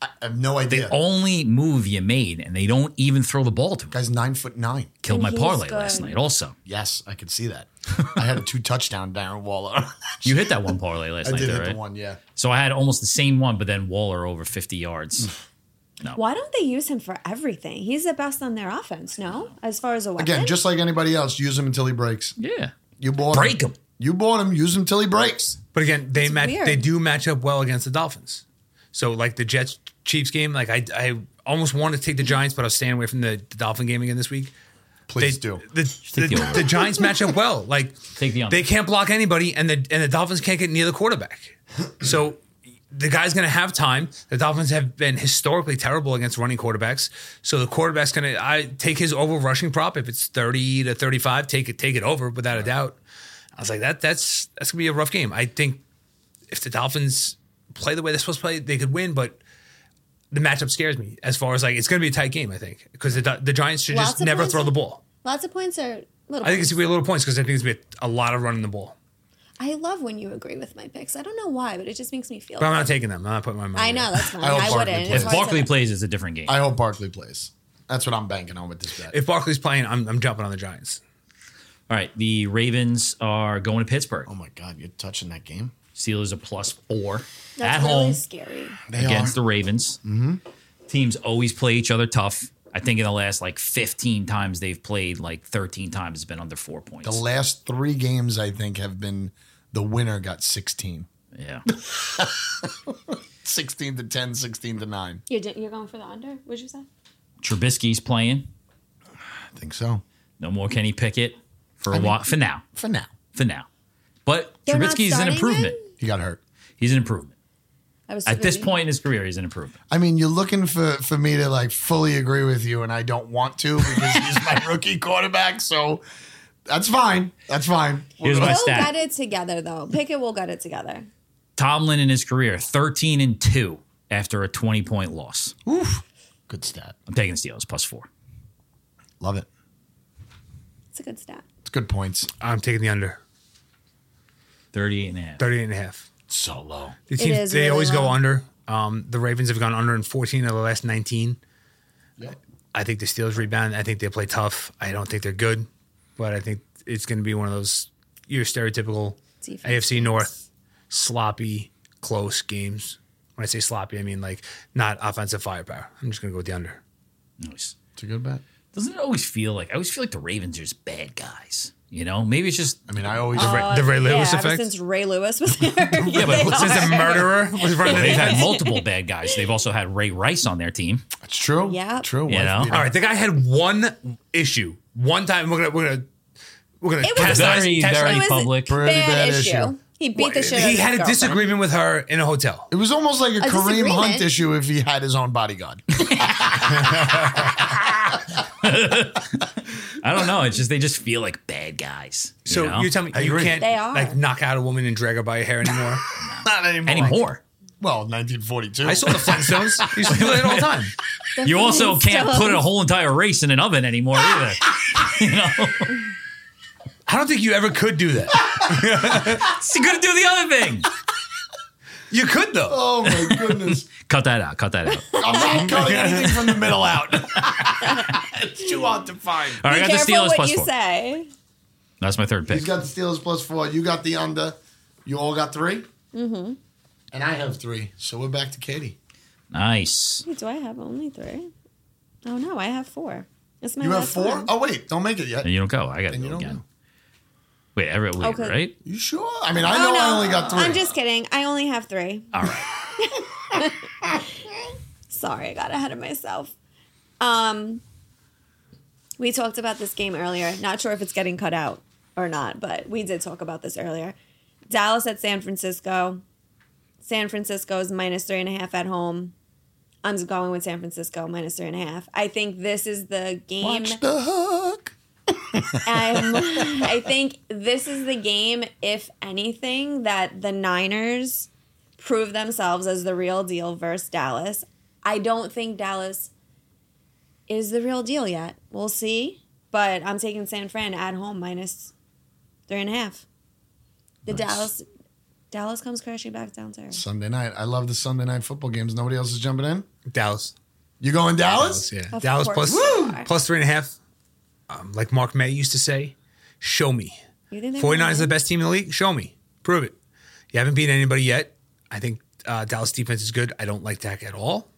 I have no idea. Only move you made, and they don't even throw the ball to him. Guy's nine foot nine. Killed my He's parlay good. last night. Also, Yes, I could see that. I had a two touchdown Darren Waller. you hit that one parlay last I night, did though, hit right? the one. Yeah. So I had almost the same one, but then Waller over fifty yards. Why don't they use him for everything? He's the best on their offense, no? As far as a weapon. Again, just like anybody else, use him until he breaks. yeah, You bought break him. him. You bought him. Use him till he breaks. But again, they match weird. they do match up well against the Dolphins. So like the Jets Chiefs game, like I I almost wanted to take the Giants, but I was staying away from the, the Dolphin game again this week. Please do. The, take the- the over. the Giants match up well. Like Take the under. they can't block anybody, and the and the Dolphins can't get near the quarterback. So the guy's going to have time. The Dolphins have been historically terrible against running quarterbacks. So the quarterback's going to I take his over rushing prop if it's thirty to thirty five. Take it take it over without a doubt. I was like that that's that's going to be a rough game. I think if the Dolphins play the way they're supposed to play, they could win, but. The matchup scares me as far as like it's going to be a tight game, I think, because the, the Giants should Lots just of never points. throw the ball. Lots of points are little. I think it's points. gonna be a little points because I think it's gonna be a lot of running the ball. I love when you agree with my picks. I don't know why, but it just makes me feel. But I'm good. not taking them. I'm not putting my money. I know there. that's fine. I hope I, wouldn't. Barkley That's plays. If why I said Barkley it. plays, it's a different game. I hope Barkley plays. That's what I'm banking on with this bet. If Barkley's playing, I'm, I'm jumping on the Giants. All right, the Ravens are going to Pittsburgh. oh my God, you're touching that game. Steelers are plus four That's at really home scary. They against the Ravens. Teams always play each other tough. I think in the last like 15 times they've played, like 13 times has been under four points. The last three games, I think, have been the winner got 16. yeah. 16 to 10, 16 to 9. You're, di- you're going for the under? Would you say? Trubisky's playing. I think so. No more Kenny Pickett for a while. For now. For now. For now. But They're not Trubisky's an starting improvement. him? He got hurt. He's an improvement. I was At this really- point in his career, he's an improvement. I mean, you're looking for, for me to like fully agree with you, and I don't want to because he's my rookie quarterback. So that's fine. That's fine. Here's my We'll stat. get Oh, it together though. Pickett will get it together. Tomlin in his career, 13 and 2 after a 20 point loss. Oof. Good stat. I'm taking the Steelers plus four. Love it. It's a good stat. It's good points. I'm taking the under 38 and a half. 38 and a half. So low. The It teams, is they really always go low. under. Um, the Ravens have gone under in 14 of the last 19. I think the Steelers rebound. I think they play tough. I don't think they're good, but I think it's going to be one of those your stereotypical Defense AFC North sloppy, close games. When I say sloppy, I mean like not offensive firepower. I'm just going to go with the under. Nice. It's a good bet. Doesn't it always feel like I always feel like the Ravens are just bad guys? You know, maybe it's just I mean, I always. Ray- the Ray Lewis Oh, yeah, effect? Ever since Ray Lewis was there. yeah, but Since a murderer was running the they've had defense. multiple bad guys. They've also had Ray Rice on their team. it's true. Yeah. True. You Wife know? beater. All right, the guy had one issue. One time we're going to we're going to we're going to It was- Very, very It was public. Pretty bad, bad issue. issue. He beat the shit out of He his had a girlfriend. disagreement with her in a hotel. It was almost like a, Kareem disagreement. Hunt issue if he had his own bodyguard. I don't know. It's just they just feel like bad guys. you So know? you tell me you agree. can't They are. like knock out a woman and drag her by her hair anymore. Not anymore. anymore. Well, 1942. I saw the Flintstones. You used to do that all the time. The You also fucking can't put a whole entire race in an oven anymore either. you know, I don't think you ever could do that. so you could do the other thing. You could though. Oh my goodness! Cut that out. Cut that out. All I'm not cutting anything from the middle out. it's too hard to find. right, I Be got the careful Steelers what plus you four. say. That's my third pick. He's got the Steelers plus four. You got the under. You all got 3 Mm-hmm. And I have three. So we're back to Katie. nice. Wait, do I have only three? Oh no, I have four. It's my You have last four? one. Oh wait, don't make it yet. And you don't go. I got to And you go don't again. go. Wait, Everett, wait, Okay. right? You sure? I mean, I know Oh, I only got 3 I'm just kidding. I only have three. All right. Sorry, I got ahead of myself. Um, we talked about this game earlier. Not sure if it's getting cut out or not, but we did talk about this earlier. Dallas at San Francisco. San Francisco is minus three and a half at home. I'm just going with San Francisco minus three and a half. I think this is the game. Watch the hook. Um, I think this is the game, if anything, that the Niners prove themselves as the real deal versus Dallas. I don't think Dallas is the real deal yet. We'll see. But I'm taking San Fran at home minus three and a half. The Dallas Dallas comes crashing back down to earth. Sunday night. I love the Sunday night football games. Nobody else is jumping in. Dallas. You going Dallas? Dallas, yeah. Of Dallas course plus you are. plus three and a half. Um, like Mark May used to say, show me. You think they're 49 gonna is the win? best team in the league. Show me. Prove it. You haven't beaten anybody yet. I think uh, Dallas defense is good. I don't like Dak at all,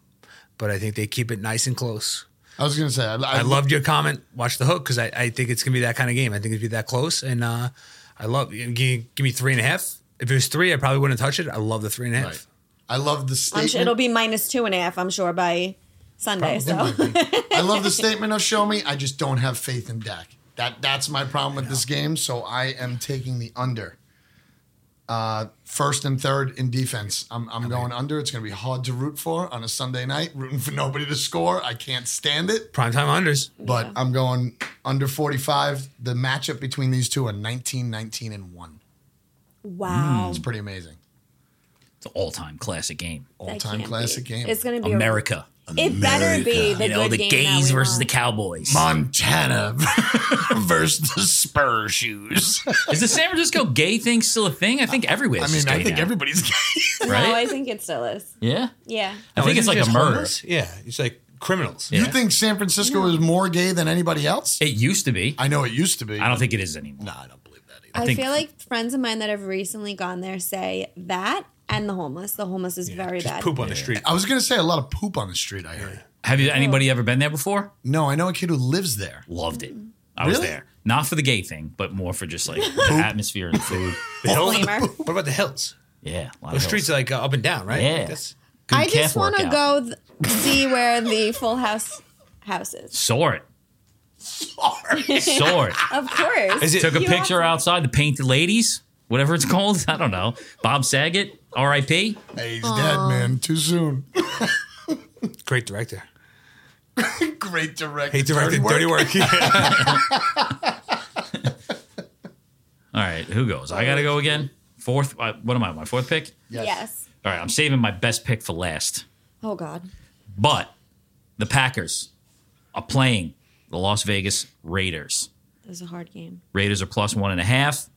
but I think they keep it nice and close. I was gonna say I, I loved your comment. Watch the hook because I, I think it's gonna be that kind of game. I think it's gonna be that close, and uh, I love. Give, give me three and a half. If it was three, I probably wouldn't touch it. I love the three and a half. Right. I love the I'm statement. sure it'll be minus two and a half, I'm sure, by Sunday. Hmm, So I love the statement of show me. I just don't have faith in Dak. That that's my problem with this game. So I am taking the under. Uh, first and third in defense. I'm, I'm going under. It's going to be hard to root for on a Sunday night, rooting for nobody to score. I can't stand it, Prime time unders. but I'm going under 45. The matchup between these two are 19, 19, and 1. Wow. It's pretty amazing. It's an all time classic game. All That time can't classic be. game. It's gonna be a- America. It better be the you know, good the game gays that we versus want. the Cowboys. Montana versus the Spur shoes. Is the San Francisco gay thing still a thing? I think everywhere. I it's mean, just I gay think now, everybody's right. No, I think it still is. yeah, Yeah. I think it's like a murder. Yeah, it's like criminals. Yeah. You think San Francisco is more gay than anybody else? It used to be. I know it used to be. I don't think it is anymore. No, I don't believe that either. I, think- feel like friends of mine that have recently gone there say that and the homeless. The homeless is very Just bad. poop on the street. I was gonna say a lot of poop on the street. I heard. Have you anybody ever been there before? No, I know a kid who lives there. Loved it. I was Really? there, not for the gay thing, but more for just like the atmosphere and the food. The hills- Disclaimer. What about the hills? Yeah, a lot The of streets hills. are like uh, up and down, right? Yeah. Like that's- Good I just calf want to workout. go th- see where the Full House house is. Saw it. Saw it. Of course. Is it- Took a You picture have outside the painted ladies, whatever it's called. I don't know. Bob Saget. R.I.P. Hey, he's dead, man. Too soon. Great director. Great director. He directed Dirty Work. All right, who goes? I gotta go again. Fourth. Uh, what am I? My fourth pick. Yes. All right, I'm saving my best pick for last. Oh God. But the Packers are playing the Las Vegas Raiders. It was a hard game. Raiders are plus one and a half.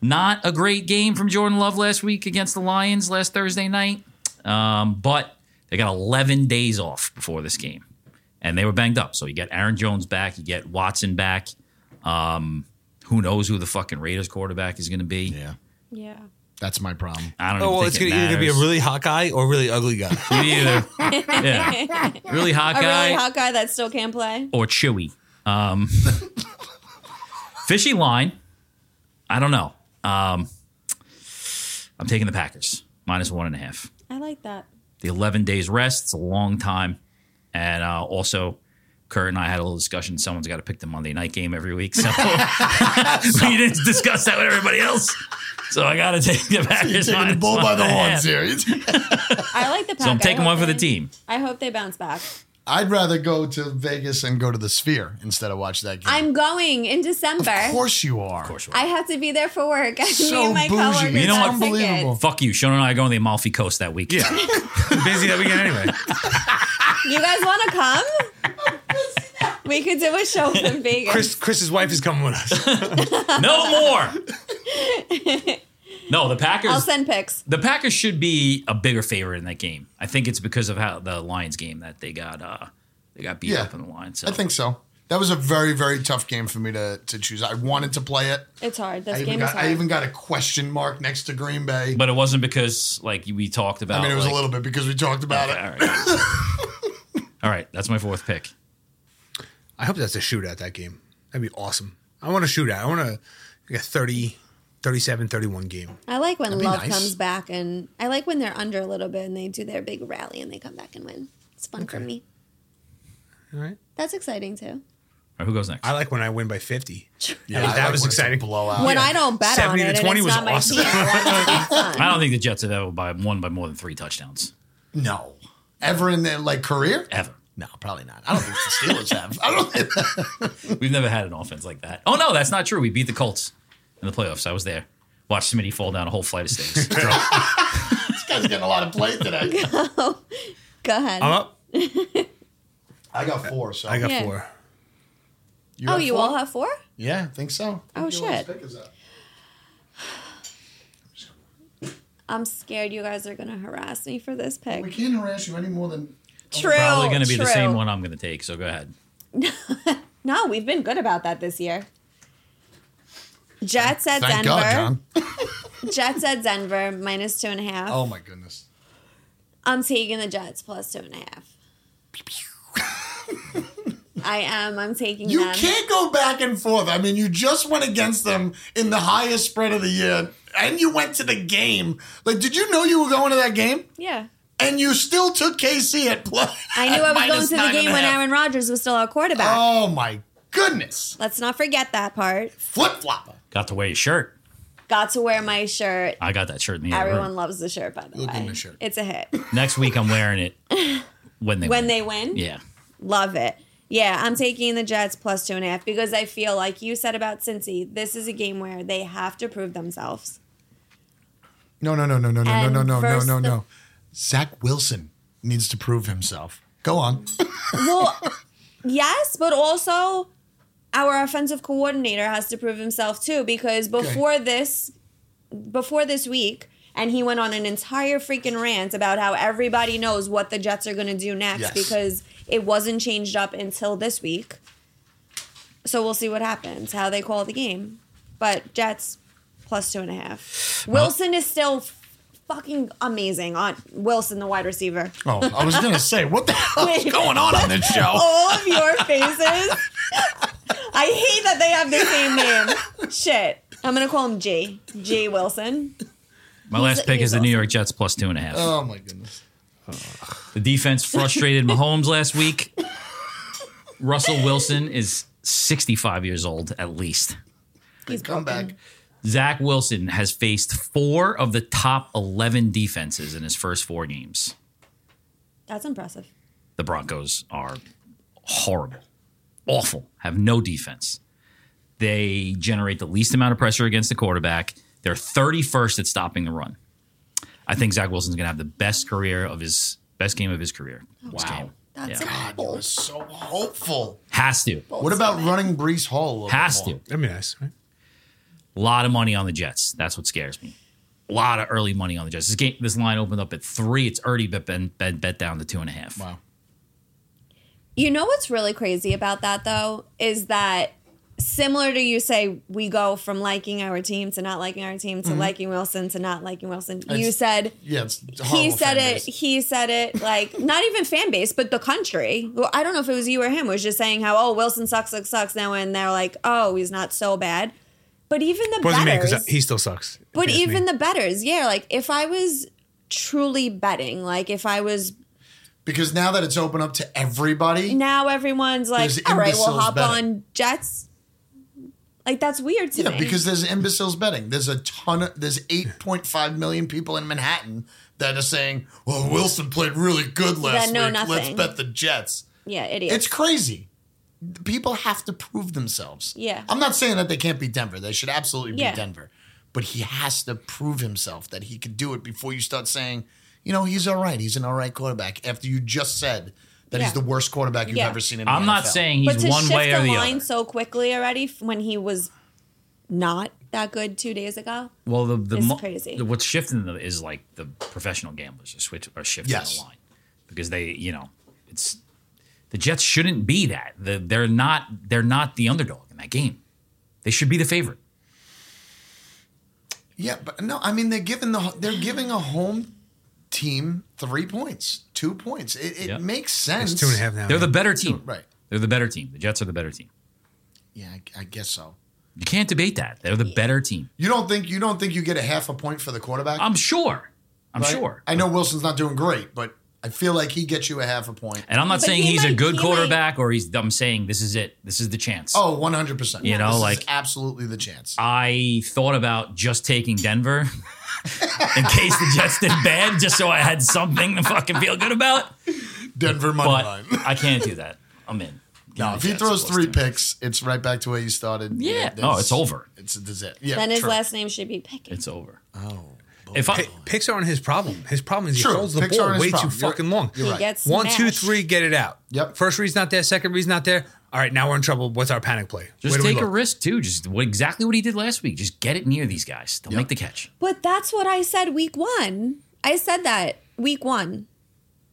Not a great game from Jordan Love last week against the Lions last Thursday night, um, but they got 11 days off before this game, and they were banged up. So you get Aaron Jones back, you get Watson back. Um, who knows who the fucking Raiders quarterback is going to be? Yeah. Yeah. That's my problem. I don't. oh, even well, think it's it gonna either be a matters. really hot guy or a really ugly guy. either. yeah, really hot A guy really hot guy that still can't play. or chewy. Um, fishy line. I don't know. Um, I'm taking the Packers minus one and a half. I like that. The 11 days rest. It's a long time, and uh, also. Kurt and I had a little discussion. Someone's got to pick the Monday night game every week, so we didn't discuss that with everybody else. So I got to take the You're Packers. taking the minus bull one by and the a horns half. here. It's- I like the. Pack. So I'm I taking hope one for the they- team. I hope they bounce back. I'd rather go to Vegas and go to the Sphere instead of watch that game. I'm going in December. of course you are. Of course, you are. I have to be there for work. I So need my bougie. coworkers. You know have what? tickets. Unbelievable. Fuck you. Sean and I are going to the Amalfi Coast that week. Yeah. Busy that weekend anyway. You guys want to come? we could do a show from Vegas. Chris, Chris's wife is coming with us. No more. no, the Packers. I'll send pics. the Packers should be a bigger favorite in that game. I think it's because of how the Lions game that they got uh they got beat Yeah. up in the line. So I think so. That was a very, very tough game for me to, to choose. I wanted to play it. It's hard. This I even, game is got, hard. I even got a question mark next to Green Bay. but it wasn't because like we talked about. I mean, it was like- a little bit because we talked about Okay, it. all right. all right, that's my fourth pick. I hope that's a shootout that game. That'd be awesome. I want a shootout. I want a, like a 30, 37, 31 game. I like when be love nice. comes back, and I like when they're under a little bit and they do their big rally and they come back and win. It's fun for Okay. me. All right. That's exciting too. All right, who goes next? I like when I win by 50. Yeah, That I was- that like was when it's a exciting. Blowout. When Yeah. I don't bet on 70 it, to and 20 it's was not my awesome. team. that's not fun. I don't think the Jets have ever by won by more than three touchdowns No. Ever in their like career? ever. No, probably not. I don't think the Steelers have. I don't think We've never had an offense like that. Oh no, that's not true. We beat the Colts in the playoffs. I was there. Watched Smitty fall down a whole flight of stairs. this guy's getting a lot of play today. Go ahead. I'm up. I got four, so I got Yeah. four. oh, have you four? all have four? Yeah, I think so. Oh, Your shit. last pick is up. I'm scared you guys are gonna harass me for this pick. We can't harass you any more than True. probably going to be the true. same one I'm going to take. So go ahead. No, we've been good about that this year. Jets at Thank Denver. God, John. Jets at Denver minus two and a half. Oh my goodness. I'm taking the Jets plus two and a half. I am. I'm taking You them. can't go back and forth. I mean, you just went against them in the highest spread of the year, and you went to the game. Like, did you know you were going to that game? Yeah. And you still took KC at plus. I knew I was going minus to nine the and game a when half. Aaron Rodgers was still our quarterback. Oh my goodness! Let's not forget that part. Flip flopper. Got to wear your shirt. Got to wear my shirt. I got that shirt in the other Everyone room. loves the shirt, by the Look in way. the shirt. It's a hit. Next week I'm wearing it when they when win. they win, yeah. love it. Yeah, I'm taking the Jets plus two and a half because I feel like you said about Cincy, this is a game where they have to prove themselves. No, no, no, no, no, no, And no, no, no, no, verse no, the- no. Zach Wilson needs to prove himself. Go on. Well, yes, but also our offensive coordinator has to prove himself too because before this before this week and he went on an entire freaking rant about how everybody knows what the Jets are going to do next Yes. because it wasn't changed up until this week. So we'll see what happens, how they call the game. But Jets plus two and a half. Wilson is still f- fucking amazing on Wilson, the wide receiver. Oh, I was gonna say, what the hell is Wait. going on on this show? all of your faces. I hate that they have the same name. Shit. I'm gonna call him Jay. Jay Wilson. My last pick he's is the New York Jets plus two and a half. Oh my goodness. the defense frustrated Mahomes last week. Russell Wilson is 65 years old at least. He's come back. Zach Wilson has faced four of the top 11 defenses in his first four games. That's impressive. The Broncos are horrible, awful, have no defense. They generate the least amount of pressure against the quarterback. They're 31st at stopping the run. I think Zach Wilson's going to have the best career of his best game of his career. This game. Oh, That's Yeah. a It was so hopeful. Has to. What about running Brees Hall? a little Has bit more? to. That'd be nice, right? A lot of money on the Jets. That's what scares me. A lot of early money on the Jets. This game, this line opened up at three. It's already been, been, been bet down to two and a half. Wow. You know what's really crazy about that though is that similar to you say we go from liking our team to not liking our team to liking Wilson to not liking Wilson. you It's- said Yeah, it's he horrible said fan it. base. He said it like not even fan base, but the country. Well, I don't know if it was you or him was just saying how oh Wilson sucks, sucks, sucks. Now and they're like oh he's not so bad, but even the Wasn't me betters, because he still sucks. but even the betters, yeah. Like if I was truly betting, like if I was because now that it's open up to everybody, now everyone's like There's all right, we'll imbeciles hop betting. on Jets. Like that's weird to yeah, me. because there's imbeciles betting. There's a ton of there's 8.5 million people in Manhattan that are saying, "Well, Wilson played really good last know week. nothing. Let's bet the Jets." yeah, idiots. It's crazy. People have to prove themselves. Yeah. I'm not saying that they can't beat Denver. They should absolutely beat Yeah. Denver. But he has to prove himself that he could do it before you start saying, you know, he's all right. He's an all right quarterback. After you just said that Yeah. he's the worst quarterback you've Yeah. ever seen in the I'm not NFL. saying but he's to one shift way or the the line other. so quickly already f- when he was not that good two days ago. Well, the, the It's mo- crazy. the- what's shifting them is like the professional gamblers are switch are shifting Yes. the line because they, you know, it's the Jets shouldn't be that. The, they're not. They're not the underdog in that game. They should be the favorite. Yeah, but no, I mean they're giving the they're giving a home team three points, two points. It, it Yeah. makes sense. it's two and a half now. They're the yeah. better team. Right. They're the better team. The Jets are the better team. Yeah, I, I guess so. You can't debate that. They're the better team. You don't think you don't think you get a half a point for the quarterback? I'm sure. I'm right? sure. I know Wilson's not doing great, but I feel like he gets you a half a point. And I'm not But saying he he's a might- good he quarterback or he's. I'm saying this is it. This is the chance. Oh, 100 percent. You know, This is like- absolutely the chance. I thought about just taking Denver in case the Jets did bad, just so I had something to fucking feel good about. Denver money But line. I can't do that. I'm in. Give me No, the if he Jets throws plus three two. picks, it's right back to where you started. Yeah. It- No, it's over. It's that's it. Yeah. Then his true. last name should be Pickett. it's over. Oh, If I, Pi- picks aren't his problem. His problem is he True, holds the picks ball aren't way his too problem. You're- fucking long. you're he right. gets One, two, smashed. three, get it out. Yep. First read's not there. Second read's not there. All right, now we're in trouble. What's our panic play? Where just do we take a look? risk too. Just what, exactly what he did last week. Just get it near these guys. They'll make the catch. But that's what I said week one. I said that week one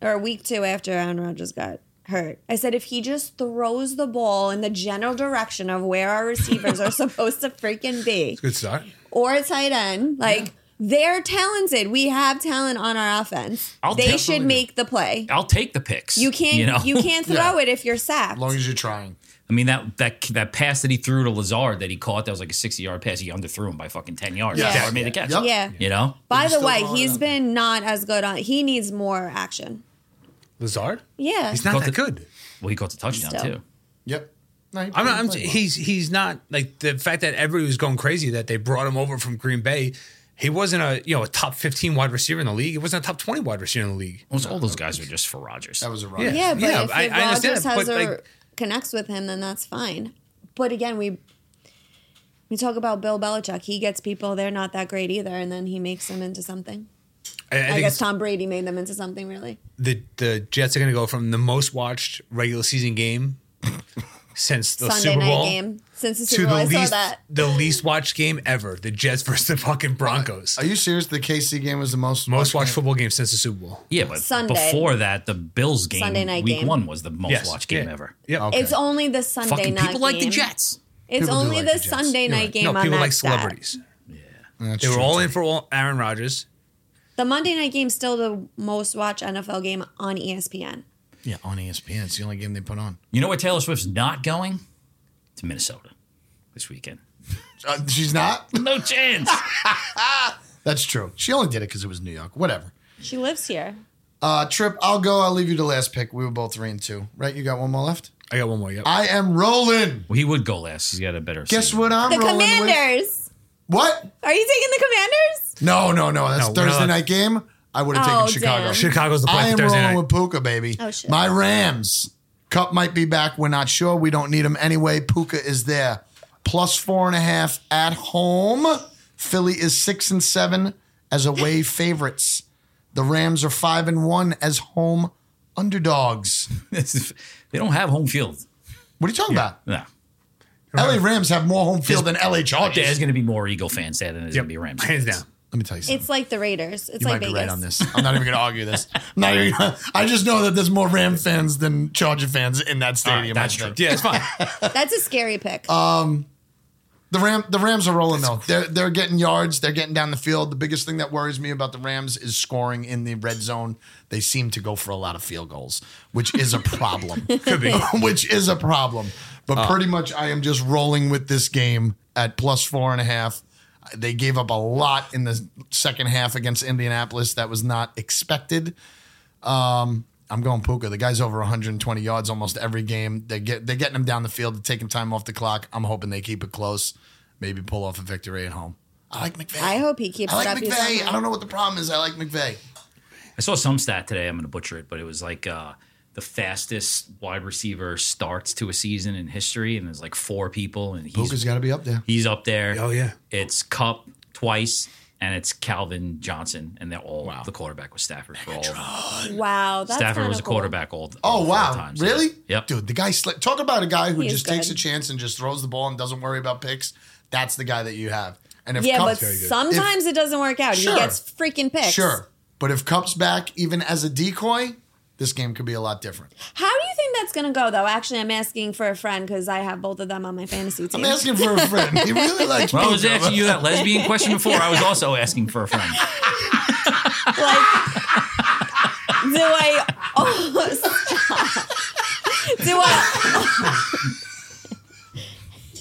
or week two after Aaron Rodgers got hurt. I said if he just throws the ball in the general direction of where our receivers are supposed to freaking be Good start. or a tight end, like they're talented. We have talent on our offense. I'll they definitely should do. make the play. I'll take the picks. You can't you, know? can't throw Yeah. it if you're sacked. as long as you're trying. I mean that that that pass that he threw to Lazard that he caught that was like a sixty yard pass. He underthrew him by fucking ten yards. Yeah. Lazard made the catch. Yep. yeah. You know, By He's the still way, going he's up. been not as good on he needs more action. Lazard? Yeah. He's not that Got the- good. well he caught the touchdown Still. too. Yep. No, he I'm played- not. I'm, played well. he's he's not like the fact that everybody was going crazy that they brought him over from Green Bay. He wasn't a you know a top 15 wide receiver in the league. He wasn't a top 20 wide receiver in the league. Most all those guys are just for Rogers. that was a run. Yeah. Yeah, but Yeah, if, I- if I understand Rogers that, has but, or like- connects with him, then that's fine. But again, we we talk about Bill Belichick. He gets people; they're not that great either, and then he makes them into something. I, I I, think guess it's Tom Brady made them into something, really. the the Jets are going to go from the most watched regular season game since the Sunday Super night Bowl game since the to Super the Bowl, I saw least that. the least watched game ever. The Jets versus the fucking Broncos. Are you serious? The KC game was the most most watched game? football game since the Super Bowl. yeah, but Sunday. before that, the Bills game Sunday night week game. one was the most Yes. watched game Yeah. ever. Yeah. Okay. It's only the Sunday Fucking night. people like the game. Jets. It's People do only like the, the Jets. Sunday You're night right. game. No, on people that like stat. celebrities. That's They were true, all too. in for Aaron Rodgers. The Monday night game still the most watched NFL game on E ESPN. yeah on E ESPN. It's the only game they put on. You know where Taylor Swift's not going? To Minnesota this weekend. Uh, she's not. No chance. That's true. She only did it because it was New York. Whatever. She lives here. Uh, Trip, I'll go. I'll leave you to last pick. We were both three and two, right? You got one more left. I got one more. Yep. I am rolling. well, he would go last. He's got a better. Guess season. what I'm The rolling with? Commanders. What? Are you taking the Commanders? No, no, no. That's No, we're Thursday not- night game. I would have Oh, taken Chicago. damn. Chicago's the I play am for Thursday rolling night. with Puka, baby. Oh, shit. My Rams. Cup might be back. We're not sure. We don't need him anyway. Puka is there. Plus four and a half at home. Philly is six and seven as away favorites. The Rams are five and one as home underdogs. they don't have home field. What are you talking No. about? LA Rams have more home field than LA There's Chargers. going to be more Eagle fans there than there's Yep. going to be Rams. Hands fans. down. Let me tell you something. It's like the Raiders. It's You like might be Vegas. right on this. I'm not even going to argue this. I'm not even gonna, I just know that there's more Ram fans than Charger fans in that All right, stadium. that's I true. think. Yeah, it's fine. That's a scary pick. Uh, The Ram the Rams are rolling though. They're they're getting yards. They're getting down the field. The biggest thing that worries me about the Rams is scoring in the red zone. They seem to go for a lot of field goals, which is a problem. Could be, Uh, which is a problem. But pretty much, I am just rolling with this game at plus four and a half. They gave up a lot in the second half against Indianapolis. That was not expected. I'm going Puka. The guy's over 120 yards almost every game. They get they're getting him down the field, they're taking time off the clock. I'm hoping they keep it close, maybe pull off a victory at home. I like McVay. I hope he keeps I like it up. He's McVay. on I don't know what the problem is. I like McVay. I saw some stat today. I'm going to butcher it, but it was like uh, the fastest wide receiver starts to a season in history, and there's like four people, and Puka's he's got to be up there. he's up there. Oh, yeah. it's Cup twice, and it's Calvin Johnson, and they're all the quarterback was Stafford for all. Of them. Wow, that's Stafford kinda was a cool. quarterback all. all Oh four wow, times. really? Yep. dude. The guy sli- talk about a guy who He is just takes a good. chance and just throws the ball and doesn't worry about picks. That's the guy that you have. And if Yeah, but Cup's- if- sometimes it doesn't work out. Sure. He gets freaking picks. sure, but if Cup's back even as a decoy, this game could be a lot different. How do you think that's gonna go though? Actually, I'm asking for a friend because I have both of them on my fantasy team. I'm asking for a friend. He really likes. Well, I Puka. was asking you that lesbian question before. I was also asking for a friend. like, do I? Oh, stop. Do I?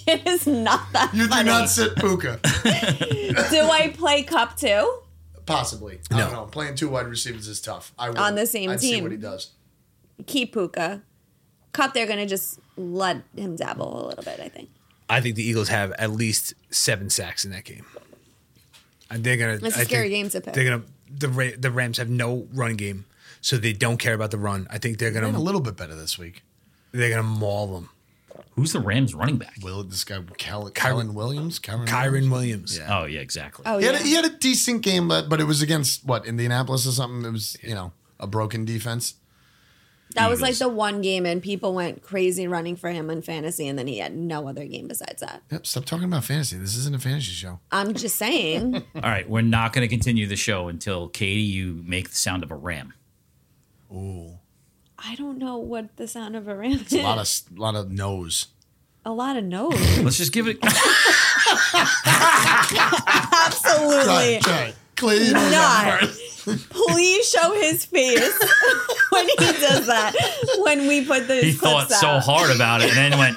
it is not that. You do funny. not sit Puka. Do I play cup too? Possibly. I don't know. Playing two wide receivers is tough. I would. On the same I'd see team. what he does. Keep Puka. Cup, they're gonna just let him dabble a little bit. I think. I think the Eagles have at least seven sacks in that game. And they're gonna. That's a I scary think game to pick. They're gonna. The Ra- the Rams have no run game, so they don't care about the run. I think they're Been a gonna little bit better this week. they're gonna maul them. Who's the Rams running back? Will this guy Cal- Kyron Williams? Kyron. Kyron Williams. Oh yeah, exactly. Oh He had, yeah. a, he had a decent game, but but it was against what Indianapolis or something. It was you know a broken defense. That was like Eagles. the one game, and people went crazy running for him in fantasy, and then he had no other game besides that. Yep. Stop talking about fantasy. This isn't a fantasy show. I'm just saying. All right, we're not going to continue the show until Katie, you make the sound of a ram. Ooh, I don't know what the sound of a ram is. a lot of s- lot of no's. a lot of no's. Let's just give it. Absolutely Try it. Clean. not. Please show his face when he does that. When we put the He clips thought so out. hard about it, and then went.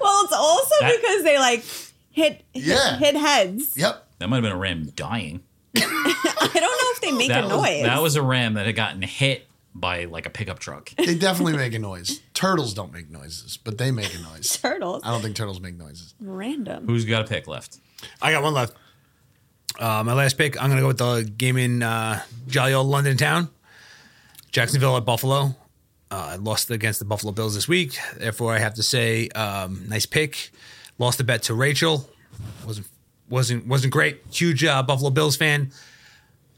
Well, it's also That- because they like hit hit, Yeah. hit heads. Yep. That might have been a ram dying. I don't know if they make That a was, noise. that was a ram that had gotten hit by like a pickup truck. They definitely make a noise. Turtles don't make noises, but they make a noise. turtles. I don't think turtles make noises. Random. Who's got a pick left? I got one left. Uh, my last pick. I'm gonna go with the game in uh, jolly old London town, Jacksonville at Buffalo. Uh, I lost against the Buffalo Bills this week, therefore I have to say, um, nice pick. Lost the bet to Rachel. wasn't wasn't wasn't great. Huge uh, Buffalo Bills fan.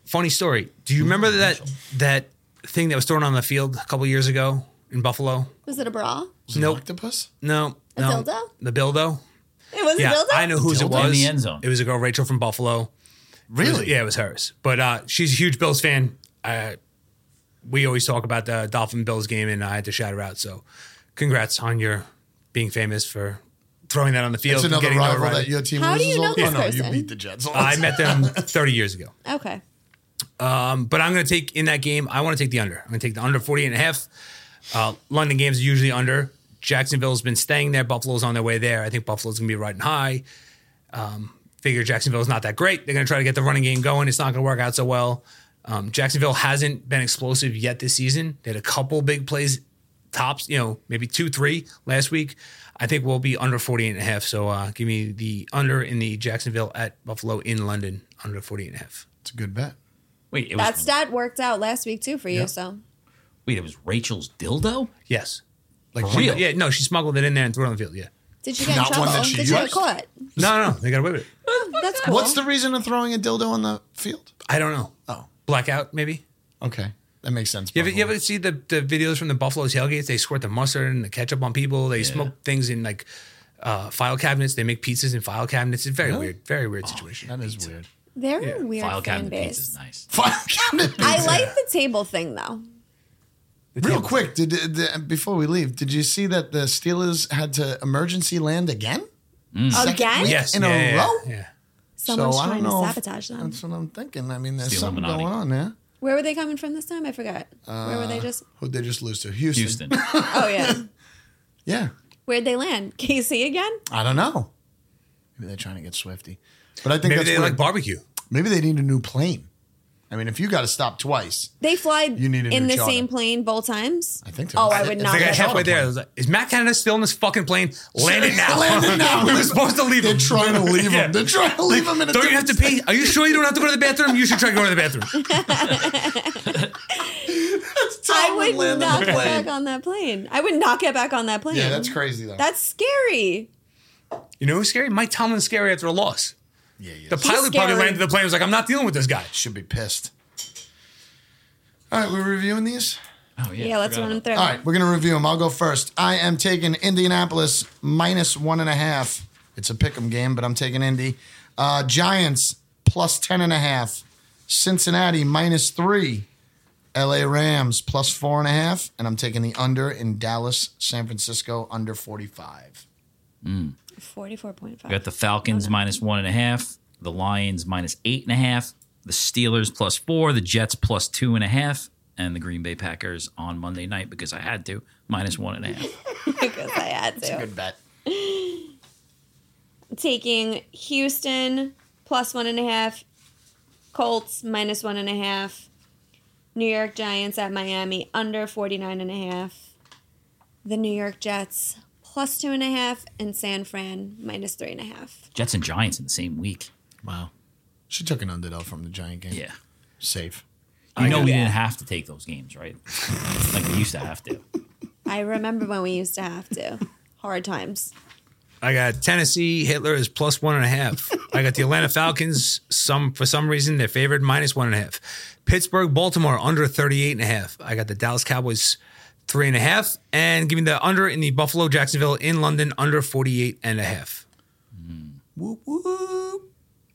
Funny story. Do you remember that that thing that was thrown on the field a couple years ago in Buffalo? Was it a bra? Was it Nope. an octopus? No, A no. dildo? The dildo. It was Yeah, a dildo. I know whose Dildo it in was. the end zone. It was a girl, Rachel from Buffalo. Really? Yeah, it was hers. But uh, she's a huge Bills fan. Uh, we always talk about the Dolphin Bills game, and I had to shout her out. So, congrats on your being famous for throwing that on the field. It's and another getting rival notoriety. that your team How do loses you know all this Oh, no, you person? beat the Jets. all the I time. met them 30 years ago. Okay. Um, But I'm going to take in that game, I want to take the under. I'm going to take the under 48 and a half. Uh, London games are usually under. Jacksonville's been staying there. Buffalo's on their way there. I think Buffalo's going to be riding high. Um, figure Jacksonville's not that great. They're going to try to get the running game going. It's not going to work out so well. Um, Jacksonville hasn't been explosive yet this season. They had a couple big plays tops, you know, maybe two, three last week. I think we'll be under 48 and a half. So uh, give me the under in the Jacksonville at Buffalo in London, under 48 and a half. It's a good bet. Wait, it That was stat worked out last week too for you. So wait, it was Rachel's dildo. Yes. Like For real? Yeah, no, she smuggled it in there and threw it on the field. Yeah. did you get in Not one trouble? that she did you get used. caught? No, no, they got away with it. That's cool. What's the reason of throwing a dildo on the field? I don't know. Oh, Uh-huh. Blackout, maybe? okay, that makes sense. You ever, you probably. ever see the, the videos from the Buffalo tailgates? They squirt the mustard and the ketchup on people. They smoke things in like uh, file cabinets. They make pizzas in file cabinets. It's very weird, very weird situation. Oh, that is weird. They're a weird File fan cabinet base. pizza is nice. File cabinet. I pizza. like the table thing though. Real quick, did, did- before we leave, did you see that the Steelers had to emergency land again? Again, week? Mm. yes, In a yeah, yeah, row? Yeah. someone's So I trying don't to know if- sabotage them. That's what I'm thinking. I mean, there's It's the something Illuminati. going on there. Where were they coming from this time? I forgot. Where were they Uh, just? Who'd they just lose to? Houston. Houston. Oh yeah. Yeah. Where'd they land? KC again? I don't know. Maybe they're trying to get Swifty. But I think Maybe that's they weird. like barbecue. Maybe they need a new plane. I mean, if you got to stop twice, They fly You need a in new the charter. same plane both times. I think so. Oh, I I thi- would I not. They got have- halfway there. I was like, Is Matt Canada still in this fucking plane? Land it now. Land it now. We're supposed to leave they're him. trying to leave Yeah. him. They're trying to leave him in a Don't you have to different- pee? Are you sure you don't have to go to the bathroom? You should try going to the bathroom. I Someone would land not on the get back plane. on that plane. I would not get back on that plane. Yeah, that's crazy though. That's scary. You know who's scary? Mike Tomlin's scary after a loss. yeah, yeah. The pilot probably scary. landed the plane and was like, I'm not dealing with this guy. should be pissed. All right, we're reviewing these. Oh yeah. Yeah, let's forgot run them about through. All right, we're gonna review them. I'll go first. I am taking Indianapolis minus one and a half. It's a pick'em game, but I'm taking Indy. Uh, Giants plus ten and a half. Cincinnati minus three. L.A. Rams plus four and a half, and I'm taking the under in Dallas, San Francisco under forty-five. Forty-four point We got five. the Falcons minus one and a half, the Lions minus eight and a half, the Steelers plus four, the Jets plus two and a half, and the Green Bay Packers on Monday night because I had to minus one and a half. because I had to Good bet. taking Houston plus one and a half, Colts minus one and a half, New York Giants at Miami under 49 and a half, the New York Jets plus two and a half, and San Fran minus three and a half. Jets and Giants in the same week. Wow. She took an under though from the Giant game. Yeah. Safe. You know we didn't have to take those games, right? like we used to have to. I remember when we used to have to. Hard times. I got Tennessee. Hitler is plus one and a half. I got the Atlanta Falcons. Some for some reason they're favored minus one and a half. Pittsburgh, Baltimore under 38 and a half. I got the Dallas Cowboys three and a half. And give me the under in the Buffalo, Jacksonville in London under 48 and a half. Whoop whoop.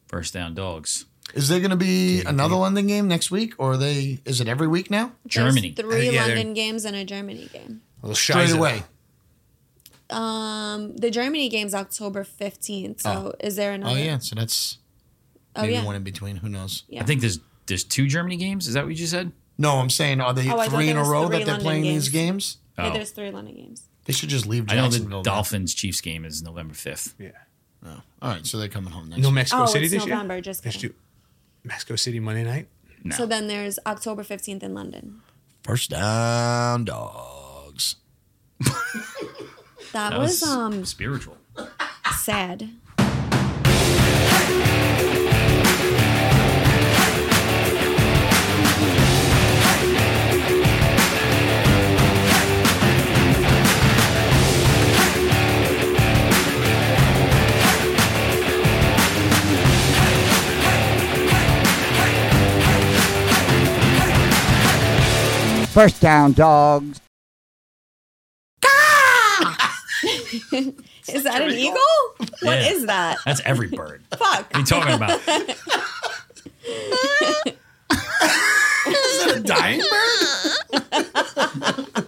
First down dogs. Is there going to be another London game next week, or are they? Is it every week now? There's Germany. three Uh, yeah, they're- London games and a Germany game. Well, Straight Shiza. away. Um, the Germany game's October 15th. So is there another? Oh yeah, so that's Oh, maybe yeah. one in between. Who knows? Yeah. I think there's there's two Germany games. Is that what you just said? No, I'm saying are they Oh, I three thought in there a was row three that they're London playing these games? Yeah, Oh. there's three London games. They should just leave I know the Jacksonville. then. Dolphins Chiefs game is November fifth. Yeah. All right, so they're coming home next. No week. Mexico oh, City it's this November. year. Just Let's kidding. do Mexico City Monday night. No. So then there's October 15th in London. First down, dogs. That, that was, was um spiritual. sad. First down, dogs. Ah! Is that an eagle? What is Yeah. that? That's every bird. what Fuck. are you talking about? Is that a dying bird?